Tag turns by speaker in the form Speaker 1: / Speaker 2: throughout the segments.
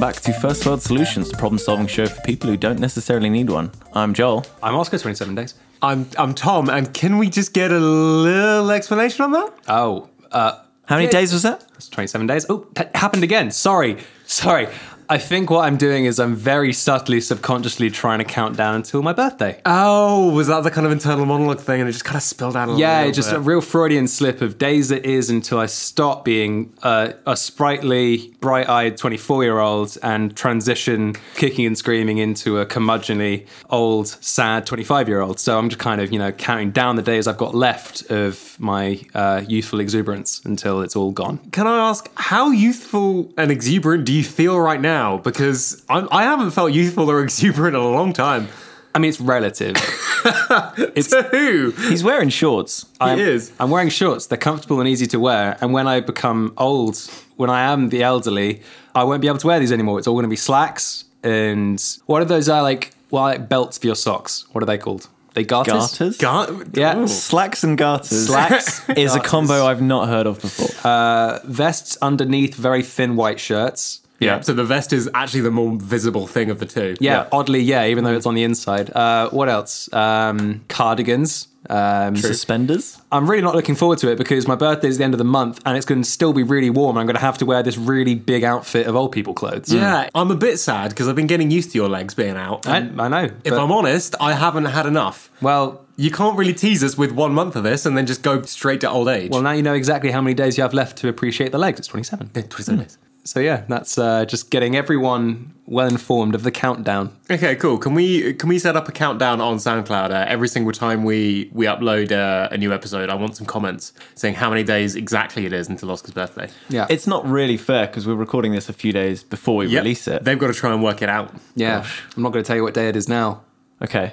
Speaker 1: back to First World Solutions, the problem solving show for people who don't necessarily need one. I'm Joel.
Speaker 2: I'm Oscar 27 days.
Speaker 3: I'm I'm Tom, and can we just get a little explanation on that?
Speaker 2: Oh, uh,
Speaker 1: How many days was that?
Speaker 2: it's 27 days. Oh, that happened again. Sorry. Sorry. I think what I'm doing is I'm very subtly, subconsciously trying to count down until my birthday.
Speaker 3: Oh, was that the kind of internal monologue thing, and it just kind of spilled out a
Speaker 2: yeah,
Speaker 3: little
Speaker 2: just
Speaker 3: bit?
Speaker 2: a real Freudian slip of days it is until I stop being uh, a sprightly, bright eyed 24 year old and transition kicking and screaming into a curmudgeonly, old, sad 25 year old. So I'm just kind of, you know, counting down the days I've got left of my uh, youthful exuberance until it's all gone.
Speaker 3: Can I ask how youthful and exuberant do you feel right now? Because I'm, I haven't felt youthful or exuberant in a long time.
Speaker 2: I mean, it's relative.
Speaker 3: It's who?
Speaker 1: He's wearing shorts.
Speaker 2: I'm,
Speaker 3: is.
Speaker 2: I'm wearing shorts. They're comfortable and easy to wear. And when I become old, when I am the elderly, I won't be able to wear these anymore. It's all going to be slacks. And what are those? Are like well, like belts for your socks. What are they called? They garters.
Speaker 1: Garters?
Speaker 3: God,
Speaker 2: Yeah.
Speaker 1: Slacks and garters
Speaker 2: Slacks
Speaker 1: is a
Speaker 2: garters.
Speaker 1: combo I've not heard of before. Uh,
Speaker 2: Vests underneath very thin white shirts.
Speaker 3: Yeah. So the vest is actually the more visible thing of the two.
Speaker 2: Yeah, oddly, yeah. Even though it's on the inside. Uh, what else? Um, cardigans. Um,
Speaker 1: Suspenders?
Speaker 2: I'm really not looking forward to it because my birthday is the end of the month and it's going to still be really warm. And I'm going to have to wear this really big outfit of old people clothes.
Speaker 3: Yeah, Hmm. I'm a bit sad because I've been getting used to your legs being out.
Speaker 2: I, I
Speaker 3: and
Speaker 2: know.
Speaker 3: if
Speaker 2: but-
Speaker 3: I'm honest, I haven't had enough.
Speaker 2: well,
Speaker 3: You can't really tease us with one month of this and then just go straight to old age.
Speaker 2: well, now you know exactly how many days you have left to appreciate the legs. It's 27.
Speaker 3: 27 days.
Speaker 2: So yeah, that's uh, just getting everyone well informed of the countdown.
Speaker 3: Mm. Okay, cool. Can we can we set up a countdown on SoundCloud uh, every single time we we upload uh, a new episode? I want some comments saying how many days exactly it is until Oscar's birthday.
Speaker 2: Yeah,
Speaker 1: It's not really fair because we're recording this a few days before we
Speaker 3: Yep.
Speaker 1: release it.
Speaker 3: They've got to try and work it out.
Speaker 2: yeah. I'm not going to tell you what day it is now.
Speaker 1: Okay.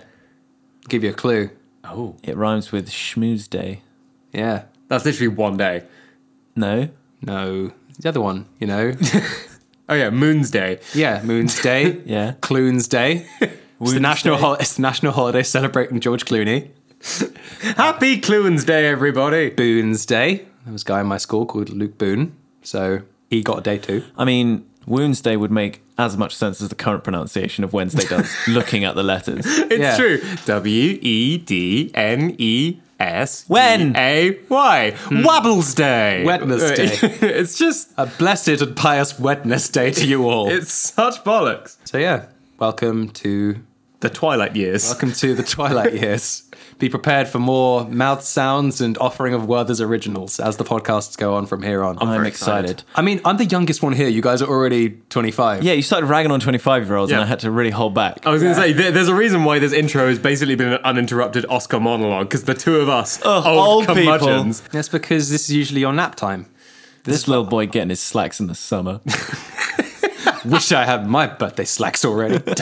Speaker 2: Give you a clue.
Speaker 3: Oh,
Speaker 1: It rhymes with schmooze day.
Speaker 2: Yeah.
Speaker 3: that's literally one day.
Speaker 1: No?
Speaker 2: No. The other one, you know.
Speaker 3: Oh yeah, Moon's Day.
Speaker 2: yeah, Moon's Day.
Speaker 1: Yeah.
Speaker 2: Clunes Day. It's the
Speaker 1: Wounds
Speaker 2: national
Speaker 1: Day.
Speaker 2: hol- it's the national holiday celebrating George Clooney.
Speaker 3: Happy Clunes Day, everybody.
Speaker 2: Boone's Day. There was a guy in my school called Luke Boone, so he got a day too.
Speaker 1: I mean, Wednesday would make as much sense as the current pronunciation of Wednesday does, looking at the letters.
Speaker 3: It's
Speaker 2: Yeah.
Speaker 3: true. W e d n e s
Speaker 1: When?
Speaker 3: a y Wobbles Day. Uh,
Speaker 2: Wednesday.
Speaker 3: it's just
Speaker 2: A blessed and pious Wednesday to you all.
Speaker 3: it's such bollocks.
Speaker 2: So yeah, welcome to
Speaker 3: The Twilight years.
Speaker 2: welcome to the Twilight Years. Be prepared for more mouth sounds and offering of Werther's originals as the podcasts go on from here on.
Speaker 1: I'm
Speaker 3: very
Speaker 1: excited.
Speaker 3: excited.
Speaker 2: I mean, I'm the youngest one here. You guys are already 25.
Speaker 1: Yeah, you started ragging on 25 year olds,
Speaker 3: Yeah.
Speaker 1: and I had to really hold back.
Speaker 3: I was going to say, there, there's a reason why this intro has basically been an uninterrupted Oscar monologue because the two of us,
Speaker 1: Ugh,
Speaker 3: old,
Speaker 1: old
Speaker 3: curmudgeons,
Speaker 2: That's because this is usually your nap time.
Speaker 1: this little boy getting his slacks in the summer.
Speaker 2: Wish I had my birthday slacks already.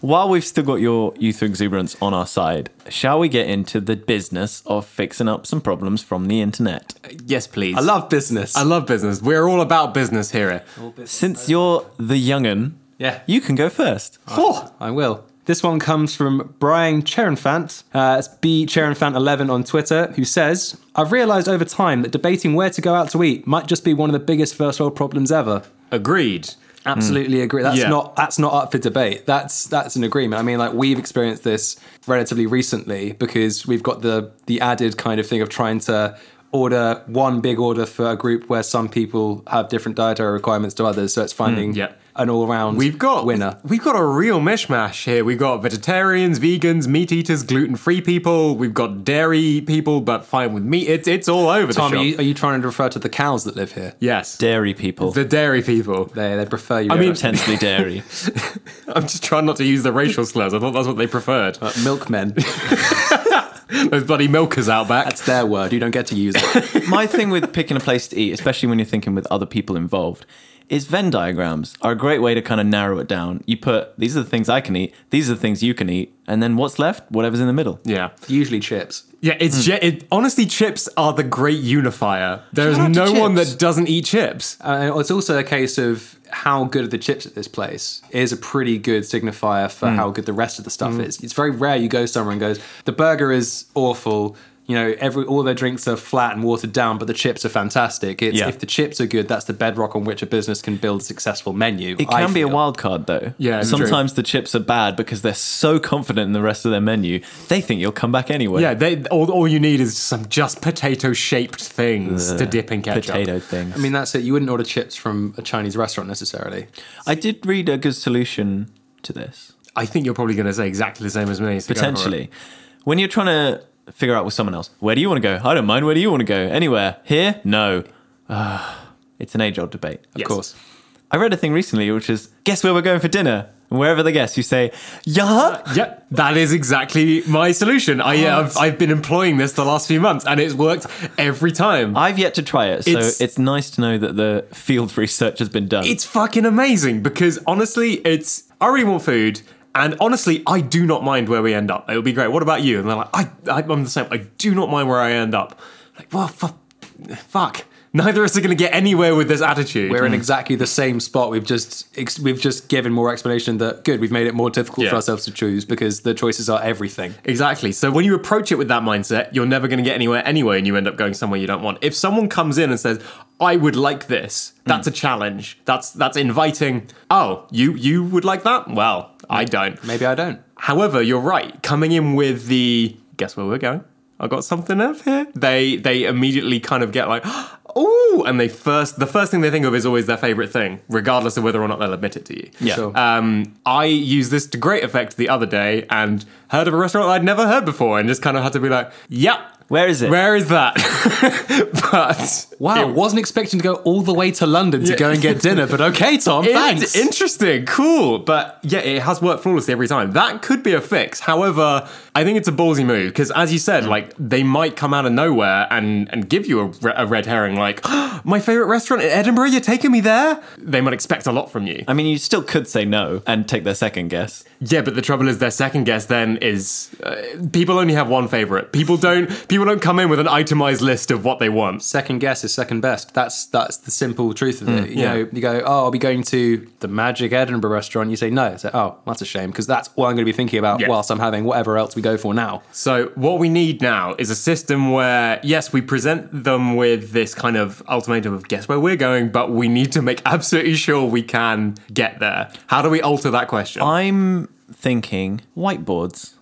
Speaker 1: While we've still got your youth exuberance on our side, shall we get into the business of fixing up some problems from the internet?
Speaker 3: yes, please.
Speaker 2: I love business.
Speaker 3: I love business. We're all about business here.
Speaker 1: Since you're the young'un,
Speaker 2: yeah.
Speaker 1: you can go first.
Speaker 3: Oh,
Speaker 2: I will. This one comes from Brian Cherenfant. Uh, it's B Cherenfant11 on Twitter, who says, "I've realised over time that debating where to go out to eat might just be one of the biggest first world problems ever."
Speaker 3: agreed.
Speaker 2: Absolutely agree. That's
Speaker 3: Mm. Yeah.
Speaker 2: not that's not up for debate. That's that's an agreement. I mean, like we've experienced this relatively recently because we've got the the added kind of thing of trying to order one big order for a group where some people have different dietary requirements to others. So it's finding
Speaker 3: Mm. yeah.
Speaker 2: an all round
Speaker 3: We've got
Speaker 2: winner.
Speaker 3: We've got a real mishmash here. We've got vegetarians, vegans, meat eaters, gluten free people. We've got dairy people, but fine with meat. It's it's all over
Speaker 2: Tom,
Speaker 3: the
Speaker 2: are
Speaker 3: shop.
Speaker 2: you, are you trying to refer to the cows that live here?
Speaker 3: yes,
Speaker 1: Dairy people.
Speaker 3: the dairy people.
Speaker 2: They they prefer you.
Speaker 3: I mean-
Speaker 1: Intensely dairy.
Speaker 3: I'm just trying not to use the racial slurs. I thought that's what they preferred.
Speaker 2: milkmen.
Speaker 3: Those bloody milkers out back.
Speaker 2: That's their word. You don't get to use it.
Speaker 1: My thing with picking a place to eat, especially when you're thinking with other people involved, is Venn diagrams are a great way to kind of narrow it down. You put these are the things I can eat, these are the things you can eat, and then what's left? Whatever's in the middle.
Speaker 3: yeah.
Speaker 2: Usually chips.
Speaker 3: Yeah,
Speaker 2: Hmm.
Speaker 3: it's ge- it, honestly, chips are the great unifier. There is
Speaker 2: Shout out to
Speaker 3: no one
Speaker 2: chips.
Speaker 3: that doesn't eat chips.
Speaker 2: Uh, it's also a case of how good are the chips at this place is a pretty good
Speaker 1: Hmm.
Speaker 2: signifier for how good the rest of the stuff is. It's very rare you go somewhere and goes the burger is awful. You know, every all their drinks are flat and watered down, but the chips are fantastic. It's,
Speaker 1: Yeah.
Speaker 2: If the chips are good, that's the bedrock on which a business can build a successful menu.
Speaker 1: It
Speaker 2: I
Speaker 1: can be a
Speaker 2: feel.
Speaker 1: wild card though.
Speaker 3: Yeah, it's
Speaker 1: Sometimes the chips are bad because they're so confident in the rest of their menu, they think you'll come back anyway.
Speaker 3: Yeah, they, all, all you need is some just potato shaped things
Speaker 1: Uh,
Speaker 3: to dip in ketchup.
Speaker 1: Potato things.
Speaker 2: I mean, that's it. You wouldn't order chips from a Chinese restaurant necessarily.
Speaker 1: I did read a good solution to this.
Speaker 3: I think you're probably going to say exactly the same as me. so go for it.
Speaker 1: Potentially. When you're trying to figure out with someone else, where do you want to go? I don't mind. Where do you want to go? Anywhere. Here? No. Ah, it's an age old debate.
Speaker 2: Of
Speaker 3: Yes.
Speaker 2: course.
Speaker 1: I read a thing recently which is guess where we're going for dinner? And wherever they guess, you say, yeah.
Speaker 3: Yep, that is exactly my solution. I, yeah, I've, I've been employing this the last few months and it's worked every time.
Speaker 1: I've yet to try it, so
Speaker 3: It's-
Speaker 1: it's, nice to know that the field research has been done.
Speaker 3: It's fucking amazing because honestly, it's I really want food, and honestly, I do not mind where we end up. It'll be great. What about you? And they're like, I, I I'm the same. I do not mind where I end up. Like, well, fu- fuck. Neither of us are going to get anywhere with this attitude.
Speaker 2: We're in
Speaker 1: Hmm.
Speaker 2: exactly the same spot. We've just ex- we've just given more explanation that good. We've made it more difficult
Speaker 3: Yeah.
Speaker 2: for ourselves to choose because the choices are everything.
Speaker 3: Exactly. So when you approach it with that mindset, you're never going to get anywhere anyway, and you end up going somewhere you don't want. If someone comes in and says, "I would like this," that's a challenge. That's that's inviting. Oh, you you would like that? Well, I don't.
Speaker 2: Maybe I don't.
Speaker 3: However, you're right. Coming in with the guess where we're going. I got something up here. They they immediately kind of get like, oh, and they first the first thing they think of is always their favorite thing, regardless of whether or not they'll admit it to you.
Speaker 1: Yeah.
Speaker 2: Sure.
Speaker 3: Um, I used this to great effect the other day and heard of a restaurant I'd never heard before and just kind of had to be like, yep.
Speaker 1: Where is it?
Speaker 3: Where is that? but
Speaker 2: Wow,
Speaker 3: it-
Speaker 2: wasn't expecting to go all the way to London to
Speaker 3: Yeah.
Speaker 2: go and get dinner, but okay, Tom,
Speaker 3: It's
Speaker 2: thanks.
Speaker 3: Interesting, cool, but yeah, it has worked flawlessly every time. That could be a fix. However, I think it's a ballsy move because, as you said, like they might come out of nowhere and and give you a, re- a red herring, like my favorite restaurant in Edinburgh. You're taking me there. They might expect a lot from you.
Speaker 1: I mean, you still could say no and take their second guess.
Speaker 3: Yeah, but the trouble is, their second guess then is uh, people only have one favorite. People don't. People don't come in with an itemized list of what they want.
Speaker 2: second guess is second best. That's that's the simple truth of it. you
Speaker 3: yeah.
Speaker 2: know, you go, oh, I'll be going to the Magic Edinburgh restaurant. You say no. It's like, oh, that's a shame because that's all I'm going to be thinking about
Speaker 3: Yeah.
Speaker 2: whilst I'm having whatever else we go for now.
Speaker 3: So what we need now is a system where yes, we present them with this kind of ultimatum of guess where we're going, but we need to make absolutely sure we can get there. How do we alter that question?
Speaker 1: I'm thinking whiteboards.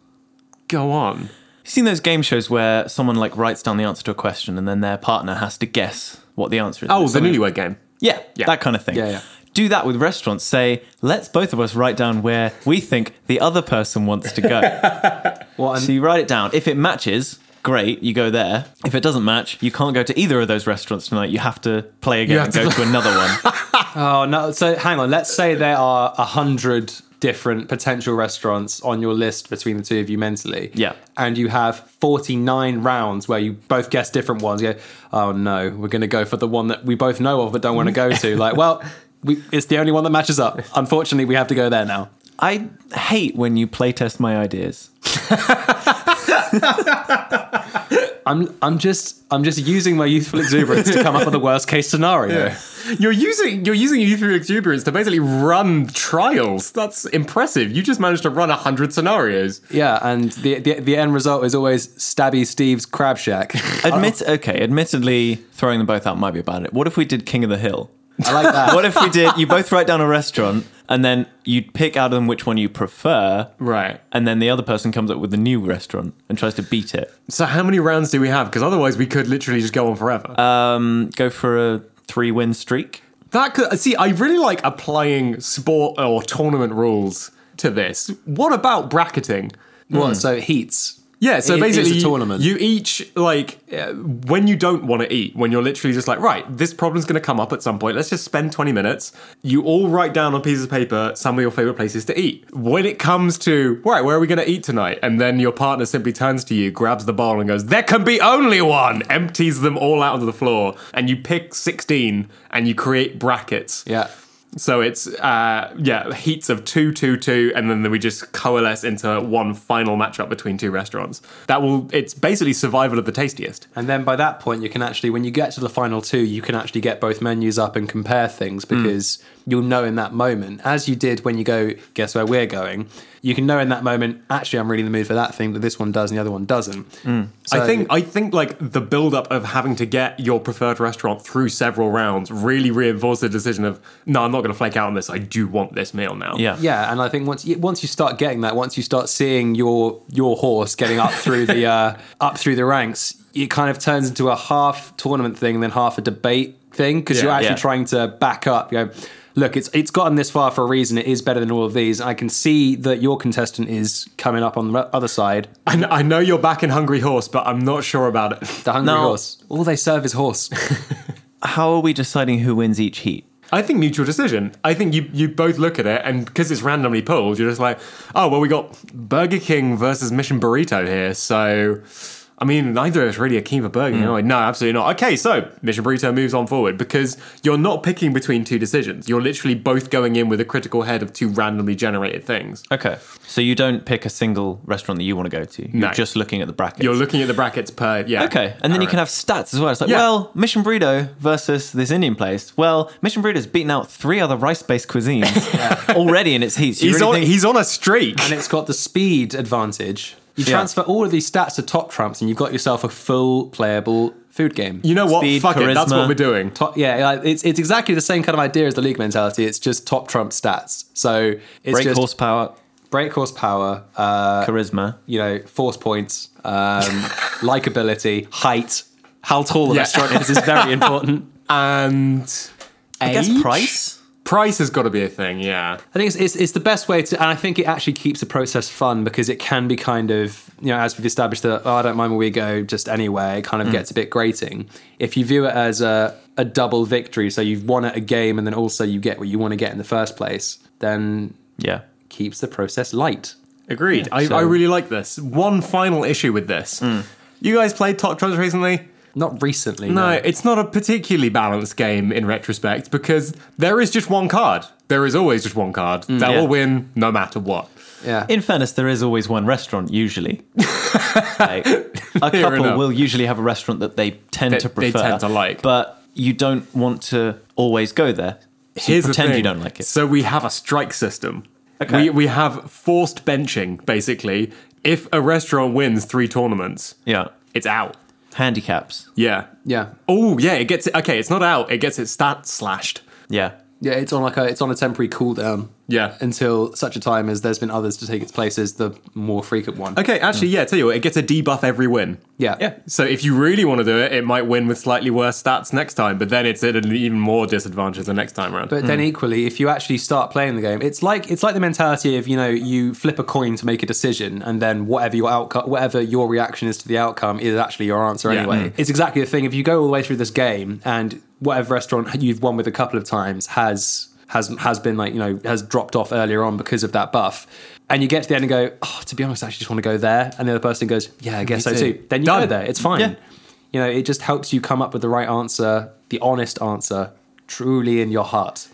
Speaker 3: Go on.
Speaker 1: You've seen those game shows where someone like writes down the answer to a question and then their partner has to guess what the answer is.
Speaker 3: Oh, the
Speaker 1: Something-
Speaker 3: newlywed game.
Speaker 1: Yeah,
Speaker 3: Yeah.
Speaker 1: that kind of thing.
Speaker 2: Yeah, yeah.
Speaker 1: Do that with restaurants. Say, let's both of us write down where we think the other person wants to go.
Speaker 2: What?
Speaker 1: so you write it down. If it matches, great, you go there. If it doesn't match, you can't go to either of those restaurants tonight. You have to play again
Speaker 3: have
Speaker 1: and
Speaker 3: to
Speaker 1: go to another one.
Speaker 2: Oh no! So hang on. Let's say there are a hundred different potential restaurants on your list between the two of you mentally.
Speaker 1: Yeah.
Speaker 2: And you have forty-nine rounds where you both guess different ones. You go, oh no, we're going to go for the one that we both know of but don't want to go to. Like, well, we, it's the only one that matches up. Unfortunately, we have to go there now.
Speaker 1: I hate when you playtest my ideas.
Speaker 2: I'm I'm just I'm just using my youthful exuberance to come up with the worst case scenario.
Speaker 3: You're using you're using youth exuberance to basically run trials. That's impressive. You just managed to run hundred scenarios.
Speaker 2: Yeah, and the, the the end result is always Stabby Steve's Crab Shack.
Speaker 3: Oh.
Speaker 1: Admit, okay, admittedly, throwing them both out might be a bad idea. What if we did King of the Hill?
Speaker 2: I like that.
Speaker 1: What if we did, you both write down a restaurant and then you'd pick out of them which one you prefer.
Speaker 3: Right.
Speaker 1: And then the other person comes up with a new restaurant and tries to beat it.
Speaker 3: So how many rounds do we have? Because otherwise we could literally just go on forever.
Speaker 1: Um, go for a three win streak.
Speaker 3: That could see. I really like applying sport or tournament rules to this. What about bracketing?
Speaker 2: What? So heats.
Speaker 3: Yeah, so
Speaker 2: It is
Speaker 3: basically,
Speaker 2: a
Speaker 3: you-
Speaker 2: tournament.
Speaker 3: You, each like uh, when you don't want to eat, when you're literally just like, right, this problem's going to come up at some point. Let's just spend 20 minutes. You all write down on pieces of paper some of your favorite places to eat. When it comes to right, where are we going to eat tonight? And then your partner simply turns to you, grabs the bowl, and goes, "There can be only one." Empties them all out onto the floor, and you pick 16, and you create brackets.
Speaker 2: Yeah.
Speaker 3: So it's uh, yeah, heats of two, two, two, and then we just coalesce into one final matchup between two restaurants. That will it's basically survival of the tastiest.
Speaker 2: And then by that point, you can actually, when you get to the final two, you can actually get both menus up and compare things
Speaker 3: Hmm.
Speaker 2: because you'll know in that moment, as you did when you go, guess where we're going, you can know in that moment, actually, I'm really in the mood for that thing that this one does and the other one doesn't. So-
Speaker 3: Hmm. I think I think like the build up of having to get your preferred restaurant through several rounds really reinforced the decision of no, I'm not going to flake out on this. I do want this meal now.
Speaker 1: Yeah.
Speaker 2: Yeah, and I think once you, once you start getting that, once you start seeing your your horse getting up through the uh, up through the ranks, it kind of turns into a half tournament thing and then half a debate thing because you're
Speaker 3: Yeah,
Speaker 2: actually
Speaker 1: yeah.
Speaker 2: trying to back up. You know, look, it's it's gotten this far for a reason. It is better than all of these. I can see that your contestant is coming up on the other side.
Speaker 3: I, kn- I know you're back in Hungry Horse, but I'm not sure about it.
Speaker 2: The hungry
Speaker 1: Now-
Speaker 2: horse. All they serve is horse.
Speaker 1: How are we deciding who wins each heat?
Speaker 3: I think mutual decision. I think you you both look at it, and because it's randomly pulled, you're just like, oh well, we got Burger King versus Mission Burrito here. So, I mean, neither of us really are keen for Burger King. are we?
Speaker 1: Hmm.
Speaker 3: no, absolutely not. Okay, so Mission Burrito moves on forward because you're not picking between two decisions. You're literally both going in with a critical head of two randomly generated things.
Speaker 1: Okay. So you don't pick a single restaurant that you want to go to. You're
Speaker 3: No.
Speaker 1: just looking at the brackets.
Speaker 3: You're looking at the brackets per yeah.
Speaker 1: Okay, and then you can have stats as well. It's like,
Speaker 3: Yeah.
Speaker 1: well, Mission Burrito versus this Indian place. Well, Mission Burrito's beaten out three other rice-based cuisines already in its heat. So you
Speaker 3: He's
Speaker 1: really
Speaker 3: on.
Speaker 1: think-
Speaker 3: he's on a streak.
Speaker 2: and it's got the speed advantage. You
Speaker 1: Yeah.
Speaker 2: transfer all of these stats to top trumps, and you've got yourself a full playable food game.
Speaker 3: You know what?
Speaker 1: Speed,
Speaker 3: Fuck it. That's
Speaker 1: charisma.
Speaker 3: what we're doing.
Speaker 2: Top, yeah, like, it's it's exactly the same kind of idea as the league mentality. It's just top trump stats. So it's
Speaker 1: break
Speaker 2: just
Speaker 1: horsepower,
Speaker 2: break horsepower, uh,
Speaker 1: charisma.
Speaker 2: you know, force points, um, likability, height, how tall the
Speaker 3: Yeah.
Speaker 2: restaurant is is very important.
Speaker 3: And
Speaker 1: I guess
Speaker 2: Age?
Speaker 1: price.
Speaker 3: price has got to be a thing. Yeah.
Speaker 2: I think it's, it's it's the best way to, and I think it actually keeps the process fun because it can be kind of you know as we've established that oh I don't mind where we go just anyway. It kind
Speaker 1: Mm.
Speaker 2: of gets a bit grating if you view it as a a double victory. So you've won at a game and then also you get what you want to get in the first place. Then
Speaker 1: Yeah.
Speaker 2: keeps the process light.
Speaker 3: Agreed. I,
Speaker 2: so-
Speaker 3: I really like this. One final issue with this.
Speaker 1: Hmm.
Speaker 3: You guys played Top Trumps recently?
Speaker 2: Not recently.
Speaker 3: No, it's not a particularly balanced game in retrospect because there is just one card. There is always just one card that
Speaker 1: Hmm, Yeah.
Speaker 3: will win no matter what.
Speaker 2: Yeah.
Speaker 1: In fairness, there is always one restaurant usually. Like, a couple
Speaker 3: enough.
Speaker 1: will usually have a restaurant that they tend
Speaker 3: That
Speaker 1: to
Speaker 3: they
Speaker 1: prefer,
Speaker 3: tend to like.
Speaker 1: but you don't want to always go there. So you
Speaker 3: Here's
Speaker 1: pretend
Speaker 3: the thing.
Speaker 1: you don't like it.
Speaker 3: So we have a strike system.
Speaker 1: Okay.
Speaker 3: We, we have forced benching, basically. If a restaurant wins three tournaments,
Speaker 1: yeah.
Speaker 3: it's out.
Speaker 1: Handicaps.
Speaker 3: Yeah.
Speaker 2: yeah.
Speaker 3: Oh, yeah, it gets it. Okay, it's not out. It gets its stats slashed.
Speaker 1: Yeah.
Speaker 2: Yeah, it's on like a it's on a temporary cooldown
Speaker 3: Yeah.
Speaker 2: until such a time as there's been others to take its place as the more frequent one.
Speaker 3: Okay,
Speaker 1: Hmm.
Speaker 3: actually, yeah, tell you what, it gets a debuff every win.
Speaker 2: Yeah.
Speaker 1: Yeah.
Speaker 3: So if you really want to do it, it might win with slightly worse stats next time, but then it's at an even more disadvantage the next time around.
Speaker 2: But then equally, if you actually start playing the game, it's like it's like the mentality of you know you flip a coin to make a decision, and then whatever your outcome, whatever your reaction is to the outcome, is actually your answer
Speaker 3: Yeah.
Speaker 2: anyway.
Speaker 3: Mm.
Speaker 2: It's exactly the thing. If you go all the way through this game, and whatever restaurant you've won with a couple of times has has has been like you know has dropped off earlier on because of that buff. And you get to the end and go, oh, to be honest, I actually just want to go there. And the other person goes, yeah, I guess so
Speaker 3: too."
Speaker 2: too. Then you go
Speaker 3: Done.
Speaker 2: there. It's fine.
Speaker 1: Yeah.
Speaker 2: You know, it just helps you come up with the right answer, the honest answer, truly in your heart.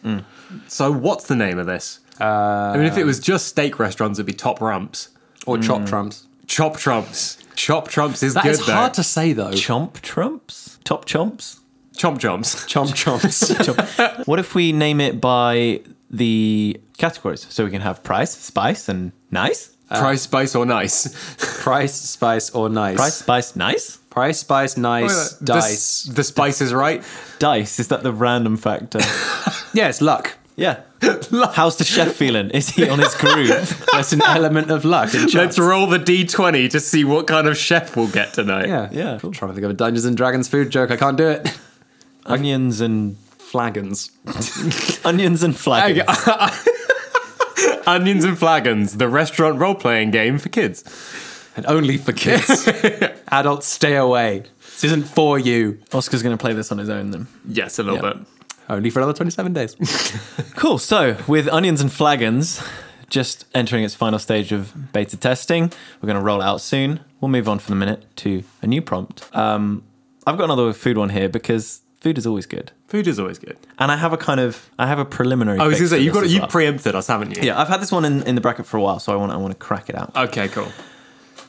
Speaker 3: so what's the name of this? I mean, if it was just steak restaurants, it'd be Top Rumps.
Speaker 2: or
Speaker 1: Mm.
Speaker 2: chop trumps.
Speaker 3: Chop Trumps. Chop Trumps is
Speaker 2: That
Speaker 3: good,
Speaker 2: is
Speaker 3: though.
Speaker 2: hard to say though.
Speaker 1: Chomp Trumps? Top Chomps?
Speaker 3: Chomp Chomps.
Speaker 2: Chomp chomps.
Speaker 1: Chomp. what if we name it by the categories? So we can have price, spice, and nice?
Speaker 3: Price, spice, or nice?
Speaker 2: Price, spice, or nice.
Speaker 1: Price,
Speaker 2: Price,
Speaker 1: spice, nice?
Speaker 2: spice, nice,
Speaker 3: The
Speaker 2: dice.
Speaker 3: s- The, spice is right.
Speaker 1: Dice, is that the random factor?
Speaker 2: Yeah, it's luck.
Speaker 1: yeah. How's the chef feeling? Is he on his groove?
Speaker 2: That's an element of luck. In chance.
Speaker 3: Let's roll the d20 to see what kind of chef we'll get tonight.
Speaker 2: Yeah,
Speaker 1: Yeah, cool.
Speaker 2: I'm trying to think of a Dungeons and Dragons food joke. I can't do it.
Speaker 1: Onions and
Speaker 2: Flagons.
Speaker 1: onions and flagons.
Speaker 3: Onions and Flagons, the restaurant role playing game for kids.
Speaker 2: And only for kids. Adults, stay away. This isn't for you.
Speaker 1: Oscar's going to play this on his own then.
Speaker 3: Yes, a little
Speaker 1: Yeah.
Speaker 3: bit.
Speaker 2: Only for another 27 days.
Speaker 1: Cool. So, with onions and flagons just entering its final stage of beta testing, we're going to roll out soon. We'll move on for the minute to a new prompt. Um, I've got another food one here because Food is always good.
Speaker 3: Food is always good.
Speaker 1: And I have a kind of I have a preliminary.
Speaker 3: I was
Speaker 1: fix
Speaker 3: going to say,
Speaker 1: for
Speaker 3: you've
Speaker 1: this
Speaker 3: got,
Speaker 1: as
Speaker 3: you
Speaker 1: well.
Speaker 3: preempted us, haven't you?
Speaker 1: yeah, I've had this one in, in the bracket for a while, so I want I want to crack it out.
Speaker 3: Okay, cool.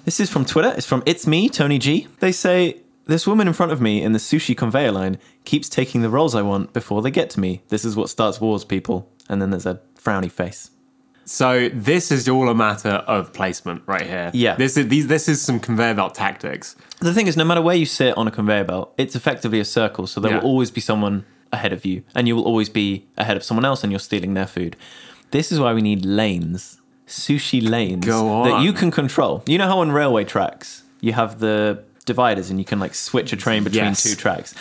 Speaker 1: This is from Twitter. It's from It's Me, Tony G. They say, This woman in front of me in the sushi conveyor line keeps taking the rolls I want before they get to me. This is what starts wars, people. And then there's a frowny face.
Speaker 3: So this is all a matter of placement right here.
Speaker 1: Yeah.
Speaker 3: This is these this is some conveyor belt tactics.
Speaker 1: The thing is, no matter where you sit on a conveyor belt, it's effectively a circle, so there
Speaker 3: Yeah.
Speaker 1: will always be someone ahead of you, and you will always be ahead of someone else, and you're stealing their food. This is why we need lanes, sushi lanes
Speaker 3: Go
Speaker 1: that you
Speaker 3: on.
Speaker 1: can control. You know how on railway tracks you have the dividers, and you can like switch a train between
Speaker 3: Yes. Mm.
Speaker 1: two tracks.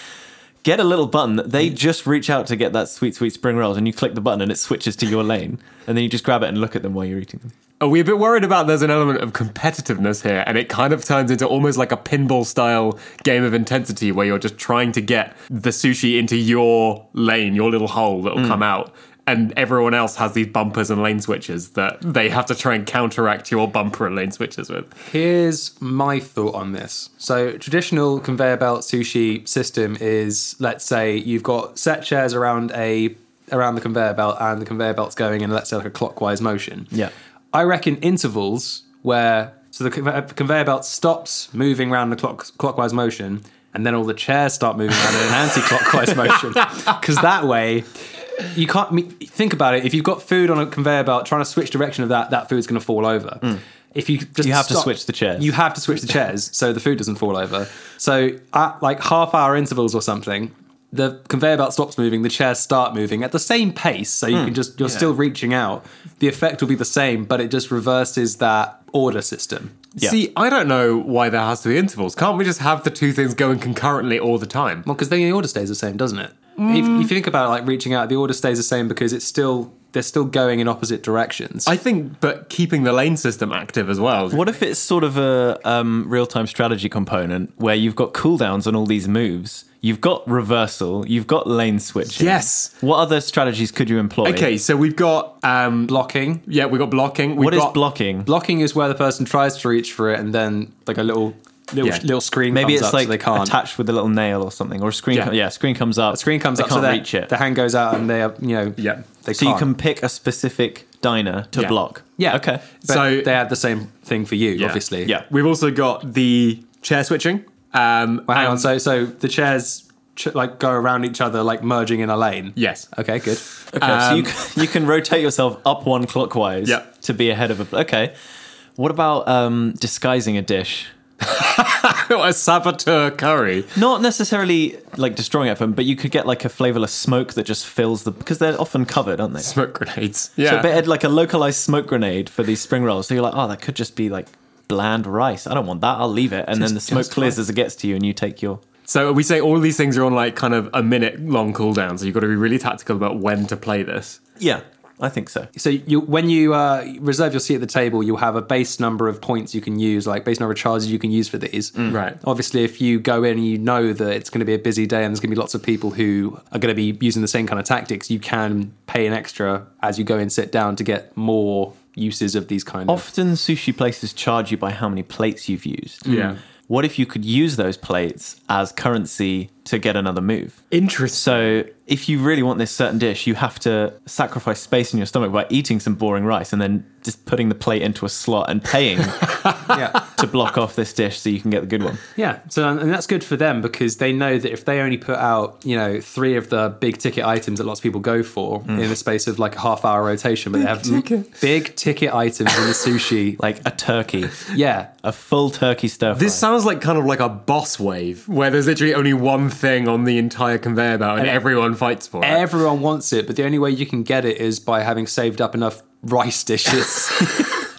Speaker 1: Get a little button that they just reach out to get that sweet, sweet spring rolls, and you click the button, and it switches to your lane, and then you just grab it and look at them while you're eating them.
Speaker 3: Are we a bit worried about there's an element of competitiveness here, and it kind of turns into almost like a pinball style game of intensity where you're just trying to get the sushi into your lane, your little hole
Speaker 1: Mm.
Speaker 3: that'll come out. And everyone else has these bumpers and lane switches that they have to try and counteract your bumper and lane switches with.
Speaker 2: Here's my thought on this. So, traditional conveyor belt sushi system is let's say you've got set chairs around a around the conveyor belt and the conveyor belt's going in let's say like a clockwise motion.
Speaker 1: Yeah.
Speaker 2: I reckon intervals where so the conve- conveyor belt stops moving around the clock clockwise motion and then all the chairs start moving around in an anti-clockwise motion because that way you can't I mean, think about it if you've got food on a conveyor belt trying to switch direction of that that food's going to fall over if you just
Speaker 1: Mm. You have to switch the chairs.
Speaker 2: you have to switch the chairs so the food doesn't fall over. So at like half hour intervals or something, the conveyor belt stops moving, the chairs start moving at the same pace. So
Speaker 1: Hmm.
Speaker 2: you can just, you're still reaching out. The effect will be the same, but it just reverses that order system.
Speaker 1: Yeah.
Speaker 3: See, I don't know why there has to be intervals. Can't we just have the two things going concurrently all the time?
Speaker 2: Well, because then the order stays the same, doesn't it?
Speaker 1: Mm.
Speaker 2: If, if you think about it, like reaching out, the order stays the same because it's still, they're still going in opposite directions.
Speaker 3: I think, but keeping the lane system active as well.
Speaker 1: What if it's sort of a um, real time strategy component where you've got cooldowns on all these moves, you've got reversal, you've got lane switching?
Speaker 3: Yes.
Speaker 1: What other strategies could you employ?
Speaker 3: Okay, so we've got um,
Speaker 2: blocking.
Speaker 3: yeah, we've got blocking. We've
Speaker 1: What is
Speaker 3: got,
Speaker 1: blocking?
Speaker 2: Blocking is where the person tries to reach for it and then like a little, little,
Speaker 3: Yeah.
Speaker 2: little screen
Speaker 1: Maybe
Speaker 2: comes
Speaker 1: it's
Speaker 2: up so
Speaker 1: like
Speaker 2: they can't.
Speaker 1: attached with a little nail or something, or a screen.
Speaker 3: Yeah.
Speaker 1: Yeah, com- yeah screen comes up.
Speaker 2: The screen comes
Speaker 1: they
Speaker 2: up,
Speaker 1: can't
Speaker 2: so their-
Speaker 1: reach it.
Speaker 2: The hand goes out, and they are, you know,
Speaker 3: Yeah.
Speaker 2: they
Speaker 1: so
Speaker 2: can't.
Speaker 1: you can pick a specific diner to
Speaker 3: Yeah.
Speaker 1: block.
Speaker 2: yeah,
Speaker 1: Okay.
Speaker 2: But
Speaker 3: So-
Speaker 2: they had the same thing for you,
Speaker 3: Yeah.
Speaker 2: obviously.
Speaker 1: Yeah.
Speaker 3: We've also got the chair switching. Um,
Speaker 2: Well, hang on.
Speaker 3: and-
Speaker 2: So, so the chairs ch- like go around each other, like merging in a lane.
Speaker 3: yes.
Speaker 2: Okay. Good.
Speaker 1: Okay, so
Speaker 2: Um,
Speaker 1: you can, you can rotate yourself up one clockwise
Speaker 3: Yeah.
Speaker 1: to be ahead of a. Okay. What about um, disguising a dish?
Speaker 3: a saboteur curry.
Speaker 1: Not necessarily like destroying it from, but you could get like a flavorless smoke that just fills the because they're often covered, aren't they? So
Speaker 3: Smoke grenades. Yeah.
Speaker 1: a bit like a localized smoke grenade for these spring rolls. So you're like, oh, that could just be like bland rice. I don't want that. I'll leave it, and then the smoke clears as it gets to you, and you take your.
Speaker 3: so we say all of these things are on like kind of a minute long cooldown. So you've got to be really tactical about when to play this.
Speaker 1: Yeah, I think so.
Speaker 2: So you, when you uh, reserve your seat at the table, you'll have a base number of points you can use, like base number of charges you can use for these.
Speaker 3: Right.
Speaker 2: Obviously, if you go in and you know that it's going to be a busy day and there's going to be lots of people who are going to be using the same kind of tactics, you can pay an extra as you go and sit down to get more uses of these kind of.
Speaker 1: Often sushi places charge you by how many plates you've used.
Speaker 3: Yeah.
Speaker 1: What if you could use those plates as currency to get another move?
Speaker 3: Interesting.
Speaker 1: So if you really want this certain dish, you have to sacrifice space in your stomach by eating some boring rice and then just putting the plate into a slot and paying
Speaker 2: Yeah.
Speaker 1: to block off this dish so you can get the good one.
Speaker 2: Yeah, so and that's good for them because they know that if they only put out you know three of the big ticket items that lots of people go for in the space of like a half hour rotation, but they have m- Mm. big ticket items in the sushi. like,
Speaker 1: Like a turkey,
Speaker 2: yeah,
Speaker 1: a full turkey stir fry.
Speaker 3: This sounds like kind of like a boss wave where there's literally only one thing on the entire conveyor belt and everyone fights for it.
Speaker 2: everyone wants it, but the only way you can get it is by having saved up enough rice dishes.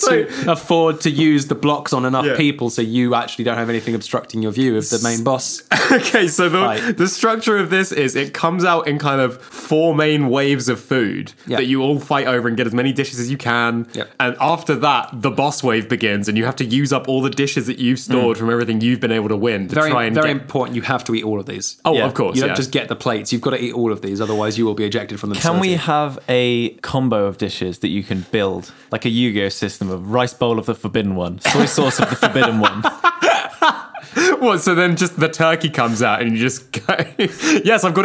Speaker 2: To afford to use the blocks on enough
Speaker 3: Yeah.
Speaker 2: people, so you actually don't have anything obstructing your view of the main boss.
Speaker 3: Okay, so the,
Speaker 2: Right.
Speaker 3: the structure of this is it comes out in kind of four main waves of food
Speaker 2: Yeah.
Speaker 3: that you all fight over and get as many dishes as you can.
Speaker 2: Yep.
Speaker 3: And after that, the boss wave begins, and you have to use up all the dishes that you've stored from everything you've been able to win to try
Speaker 2: Mm. Very,
Speaker 3: and
Speaker 2: very
Speaker 3: get.
Speaker 2: important. You have to eat all of these.
Speaker 3: Oh,
Speaker 1: yeah.
Speaker 3: of course.
Speaker 2: You don't
Speaker 3: yeah.
Speaker 2: just get the plates. You've got to eat all of these, otherwise you will be ejected from the.
Speaker 1: can we
Speaker 2: facility.
Speaker 1: have a combo of dishes that you can build, like a Yu-Gi-Oh system of rice bowl of the forbidden one, soy sauce of the forbidden one?
Speaker 3: What? So then just the turkey comes out and you just go, yes, I've got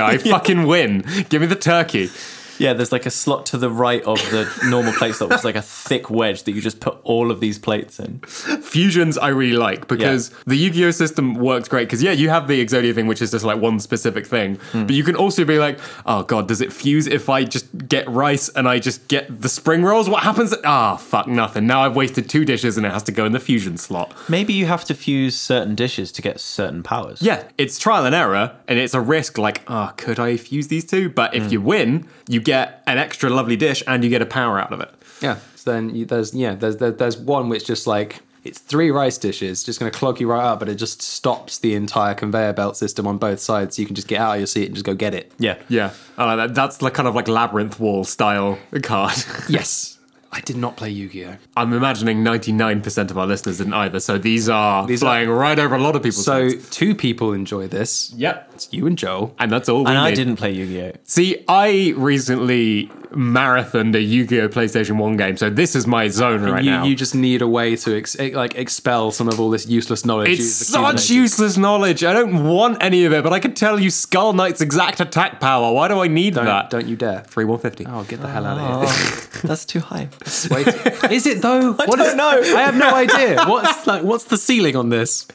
Speaker 3: I fucking win. Give me the turkey.
Speaker 1: Yeah, there's like a slot to the right of the normal plate slot, which is like a thick wedge that you just put all of these plates in.
Speaker 3: Fusions I really like because
Speaker 1: Yeah.
Speaker 3: the Yu-Gi-Oh system works great because yeah, you have the Exodia thing, which is just like one specific thing, but you can also be like, oh god, does it fuse if I just get rice and I just get the spring rolls? What happens? Ah, fuck nothing. Now I've wasted two dishes and it has to go in the fusion slot.
Speaker 1: Maybe you have to fuse certain dishes to get certain powers.
Speaker 3: Yeah, it's trial and error, and it's a risk. Like, ah, could I fuse these two? But if you win, you get an extra lovely dish and you get a power out of it.
Speaker 2: Yeah. So then you, there's yeah there's there, there's one which just like it's three rice dishes, just going to clog you right up, but it just stops the entire conveyor belt system on both sides, so you can just get out of your seat and just go get it.
Speaker 1: Yeah.
Speaker 3: Yeah, I like that. That's like kind of like labyrinth wall style card.
Speaker 2: Yes. I did not play Yu-Gi-Oh.
Speaker 3: I'm imagining 99% of our listeners didn't either. So these are
Speaker 2: These
Speaker 3: flying right over a lot of people's
Speaker 2: So
Speaker 3: heads.
Speaker 2: two people enjoy this.
Speaker 3: Yep.
Speaker 2: It's you and Joel.
Speaker 3: And that's all we
Speaker 1: And I
Speaker 3: need.
Speaker 1: didn't play Yu Gi Oh!
Speaker 3: See, I recently marathoned a Yu-Gi-Oh! PlayStation 1 game, so this is my zone right
Speaker 2: you,
Speaker 3: now.
Speaker 2: you just need a way to ex- e, like expel some of all this useless knowledge.
Speaker 3: It's
Speaker 2: you've
Speaker 3: such
Speaker 2: accumulated.
Speaker 3: useless knowledge. I don't want any of it, but I can tell you Skull Knight's exact attack power. Why do I need
Speaker 2: Don't,
Speaker 3: that?
Speaker 2: don't you dare! Ah.
Speaker 3: Three one fifty.
Speaker 2: Oh, get the hell out of here!
Speaker 1: That's too high.
Speaker 2: Wait, is it though? I
Speaker 1: don't know.
Speaker 2: I have no idea. What's like? What's the ceiling on this?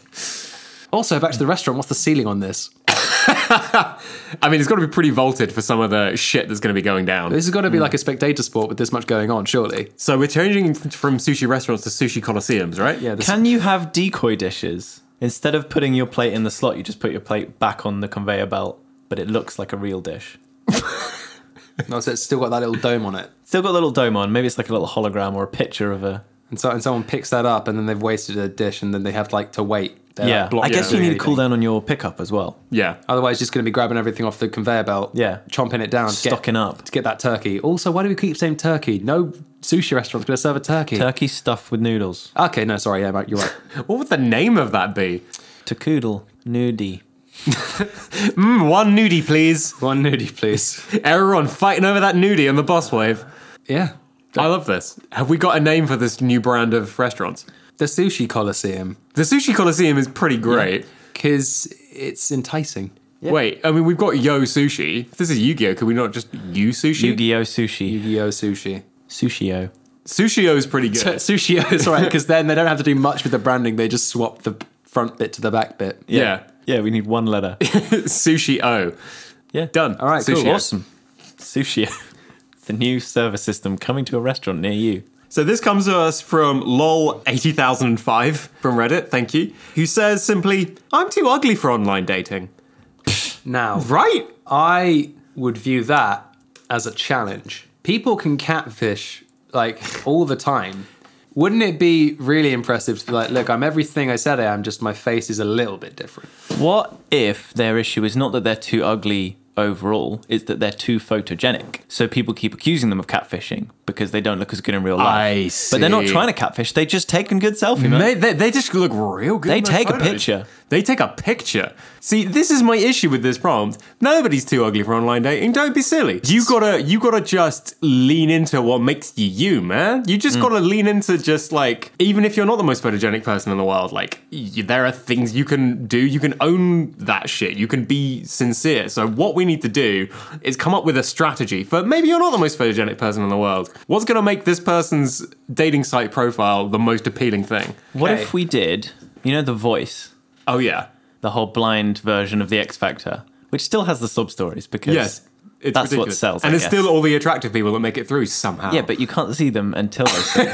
Speaker 2: Also, back to the restaurant. What's the ceiling on this?
Speaker 3: I mean, it's got to be pretty vaulted for some of the shit that's going to be going down.
Speaker 2: This has got to be like a spectator sport with this much going on, surely.
Speaker 3: So we're changing from sushi restaurants to sushi colosseums, right?
Speaker 2: Yeah. This,
Speaker 1: Can you have decoy dishes? Instead of putting your plate in the slot, you just put your plate back on the conveyor belt, but it looks like a real dish.
Speaker 2: no, so it's still got that little dome on it,
Speaker 1: Still got a little dome on. Maybe it's like a little hologram or a picture of a.
Speaker 2: and so and someone picks that up, and then they've wasted a dish, and then they have like to wait. They're,
Speaker 1: Yeah.
Speaker 2: like, blocked
Speaker 1: I guess
Speaker 2: from
Speaker 1: you need
Speaker 2: doing
Speaker 1: to cool
Speaker 2: anything.
Speaker 1: down on your pickup as well.
Speaker 3: Yeah.
Speaker 2: Otherwise, it's just going to be grabbing everything off the conveyor belt.
Speaker 1: Yeah.
Speaker 2: chomping it down, to get-
Speaker 1: Stocking up.
Speaker 2: to get that turkey. Also, why do we keep saying turkey? No sushi restaurant's going to serve a turkey.
Speaker 1: Turkey stuffed with noodles.
Speaker 2: okay, no, sorry, yeah, mate, you're right.
Speaker 3: What would the name of that be?
Speaker 1: To coodle. Nudie.
Speaker 3: Mm, one nudie, please.
Speaker 2: One nudie, please.
Speaker 3: Everyone fighting over that nudie on the boss wave.
Speaker 2: Yeah,
Speaker 3: I love this. Have we got a name for this new brand of restaurants?
Speaker 2: the sushi coliseum
Speaker 3: The sushi colosseum is pretty great.
Speaker 2: because it's enticing.
Speaker 3: Wait, I mean, we've got Yo Sushi. If this is Yu-Gi-Oh, could we not just Yu Sushi?
Speaker 1: Yu Gi Oh! Sushi.
Speaker 2: Yu-Gi-Oh sushi.
Speaker 1: Sushio.
Speaker 3: Sushio is pretty
Speaker 2: T-
Speaker 3: good.
Speaker 2: sushi is right because then they don't have to do much with the branding. They just swap the front bit to the back bit.
Speaker 3: yeah.
Speaker 1: Yeah, we need one letter.
Speaker 3: Sushi O.
Speaker 1: Yeah.
Speaker 3: Done.
Speaker 2: All right,
Speaker 3: Sushio.
Speaker 2: cool.
Speaker 1: Awesome. Sushio. the new service system coming to a restaurant near you.
Speaker 3: So this comes to us from lol80005 from Reddit, thank you, who says simply, I'm too ugly for online dating.
Speaker 2: Now,
Speaker 3: Right?
Speaker 2: I would view that as a challenge. People can catfish like all the time. Wouldn't it be really impressive to be like, look, I'm everything I said I am, just my face is a little bit different.
Speaker 1: What if their issue is not that they're too ugly overall, it's that they're too photogenic? So people keep accusing them of catfishing because they don't look as good in real life.
Speaker 3: I
Speaker 1: But they're not
Speaker 3: see.
Speaker 1: trying to catfish, they just take a good selfie, man.
Speaker 3: They, they, they just look real good.
Speaker 1: They
Speaker 3: in those
Speaker 1: take a
Speaker 3: photos.
Speaker 1: picture.
Speaker 3: They take a picture. See, this is my issue with this prompt. Nobody's too ugly for online dating. Don't be silly. You gotta you gotta just lean into what makes you you, man. You
Speaker 1: Mm.
Speaker 3: just gotta lean into just like even if you're not the most photogenic person in the world, like y there are things you can do. You can own that shit. You can be sincere. So what we need to do is come up with a strategy for maybe you're not the most photogenic person in the world. What's gonna make this person's dating site profile the most appealing thing?
Speaker 1: What
Speaker 2: Okay.
Speaker 1: if we did, you know, The Voice,
Speaker 3: Oh yeah.
Speaker 1: the whole blind version of The X Factor, which still has the sub stories because.
Speaker 3: Yes. It's
Speaker 1: That's what
Speaker 3: ridiculous.
Speaker 1: sells,
Speaker 3: And
Speaker 1: I
Speaker 3: it's
Speaker 1: guess.
Speaker 3: still all the attractive people that make it through somehow.
Speaker 1: Yeah, but you can't see them until they see.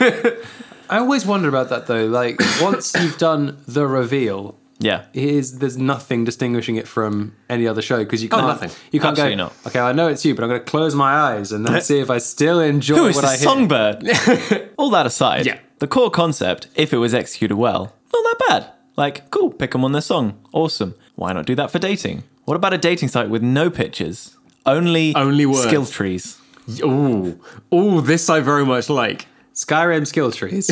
Speaker 2: I always wonder about that though. Like, once you've done the reveal,
Speaker 1: Yeah.
Speaker 2: is there's nothing distinguishing it from any other show because you can't
Speaker 3: nothing.
Speaker 2: you can't
Speaker 1: Oh, Absolutely
Speaker 2: go
Speaker 1: not.
Speaker 2: okay I know it's you but I'm going to close my eyes and then see if I still enjoy
Speaker 1: Who is
Speaker 2: what I
Speaker 1: this
Speaker 2: hear.
Speaker 1: songbird? All that aside,
Speaker 3: Yeah.
Speaker 1: the core concept, if it was executed well, not that bad. Like, cool, pick 'em on their song. Awesome. Why not do that for dating? What about a dating site with no pictures? Only,
Speaker 3: Only words.
Speaker 1: skill trees.
Speaker 3: Ooh. Ooh, this I very much like.
Speaker 2: Skyrim skill trees.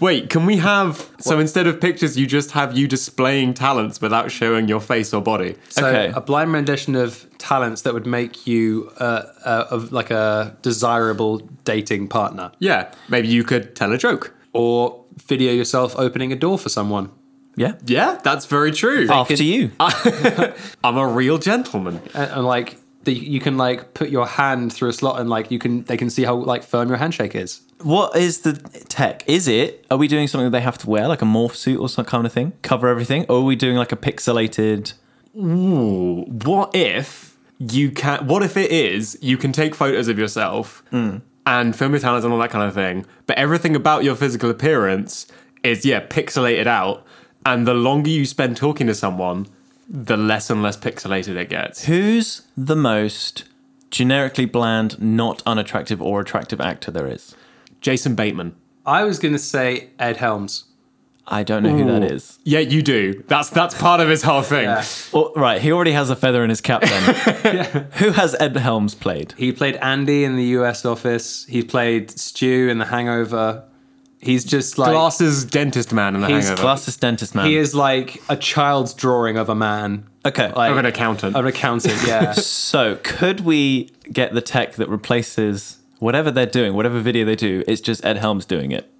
Speaker 3: Wait, can we have so instead of pictures you just have you displaying talents without showing your face or body?
Speaker 2: So
Speaker 1: Okay.
Speaker 2: a blind rendition of talents that would make you uh, uh, of like a desirable dating partner,
Speaker 3: Yeah. Maybe you could tell a joke.
Speaker 2: or video yourself opening a door for someone.
Speaker 1: Yeah.
Speaker 3: Yeah, that's very true.
Speaker 1: After you.
Speaker 3: I'm a real gentleman.
Speaker 2: and, and like the, you can like put your hand through a slot and like you can they can see how like firm your handshake is.
Speaker 1: What is the tech? Is it, are we doing something that they have to wear, like a morph suit or some kind of thing? Cover everything? Or are we doing like a pixelated.
Speaker 3: Ooh, what if you can? What if it is you can take photos of yourself and film your talents and all that kind of thing, but everything about your physical appearance is yeah pixelated out, and the longer you spend talking to someone, the less and less pixelated it gets.
Speaker 1: Who's the most generically bland, not unattractive or attractive actor there is?
Speaker 3: Jason Bateman.
Speaker 2: I was gonna say Ed Helms.
Speaker 1: I don't know who that is.
Speaker 3: Yeah, you do. That's that's part of his whole thing.
Speaker 2: Yeah.
Speaker 1: Well, right, he already has a feather in his cap then. Who has Ed Helms played?
Speaker 2: He played Andy in the U.S. Office. He played Stu in The Hangover. He's just like
Speaker 3: Glasses dentist man in the
Speaker 2: He's
Speaker 3: hangover.
Speaker 1: Glasses dentist man.
Speaker 2: he is like a child's drawing of a man.
Speaker 1: okay.
Speaker 2: Like
Speaker 3: of an accountant.
Speaker 2: an accountant, yeah.
Speaker 1: So, could we get the tech that replaces whatever they're doing, whatever video they do? It's just Ed Helms doing it.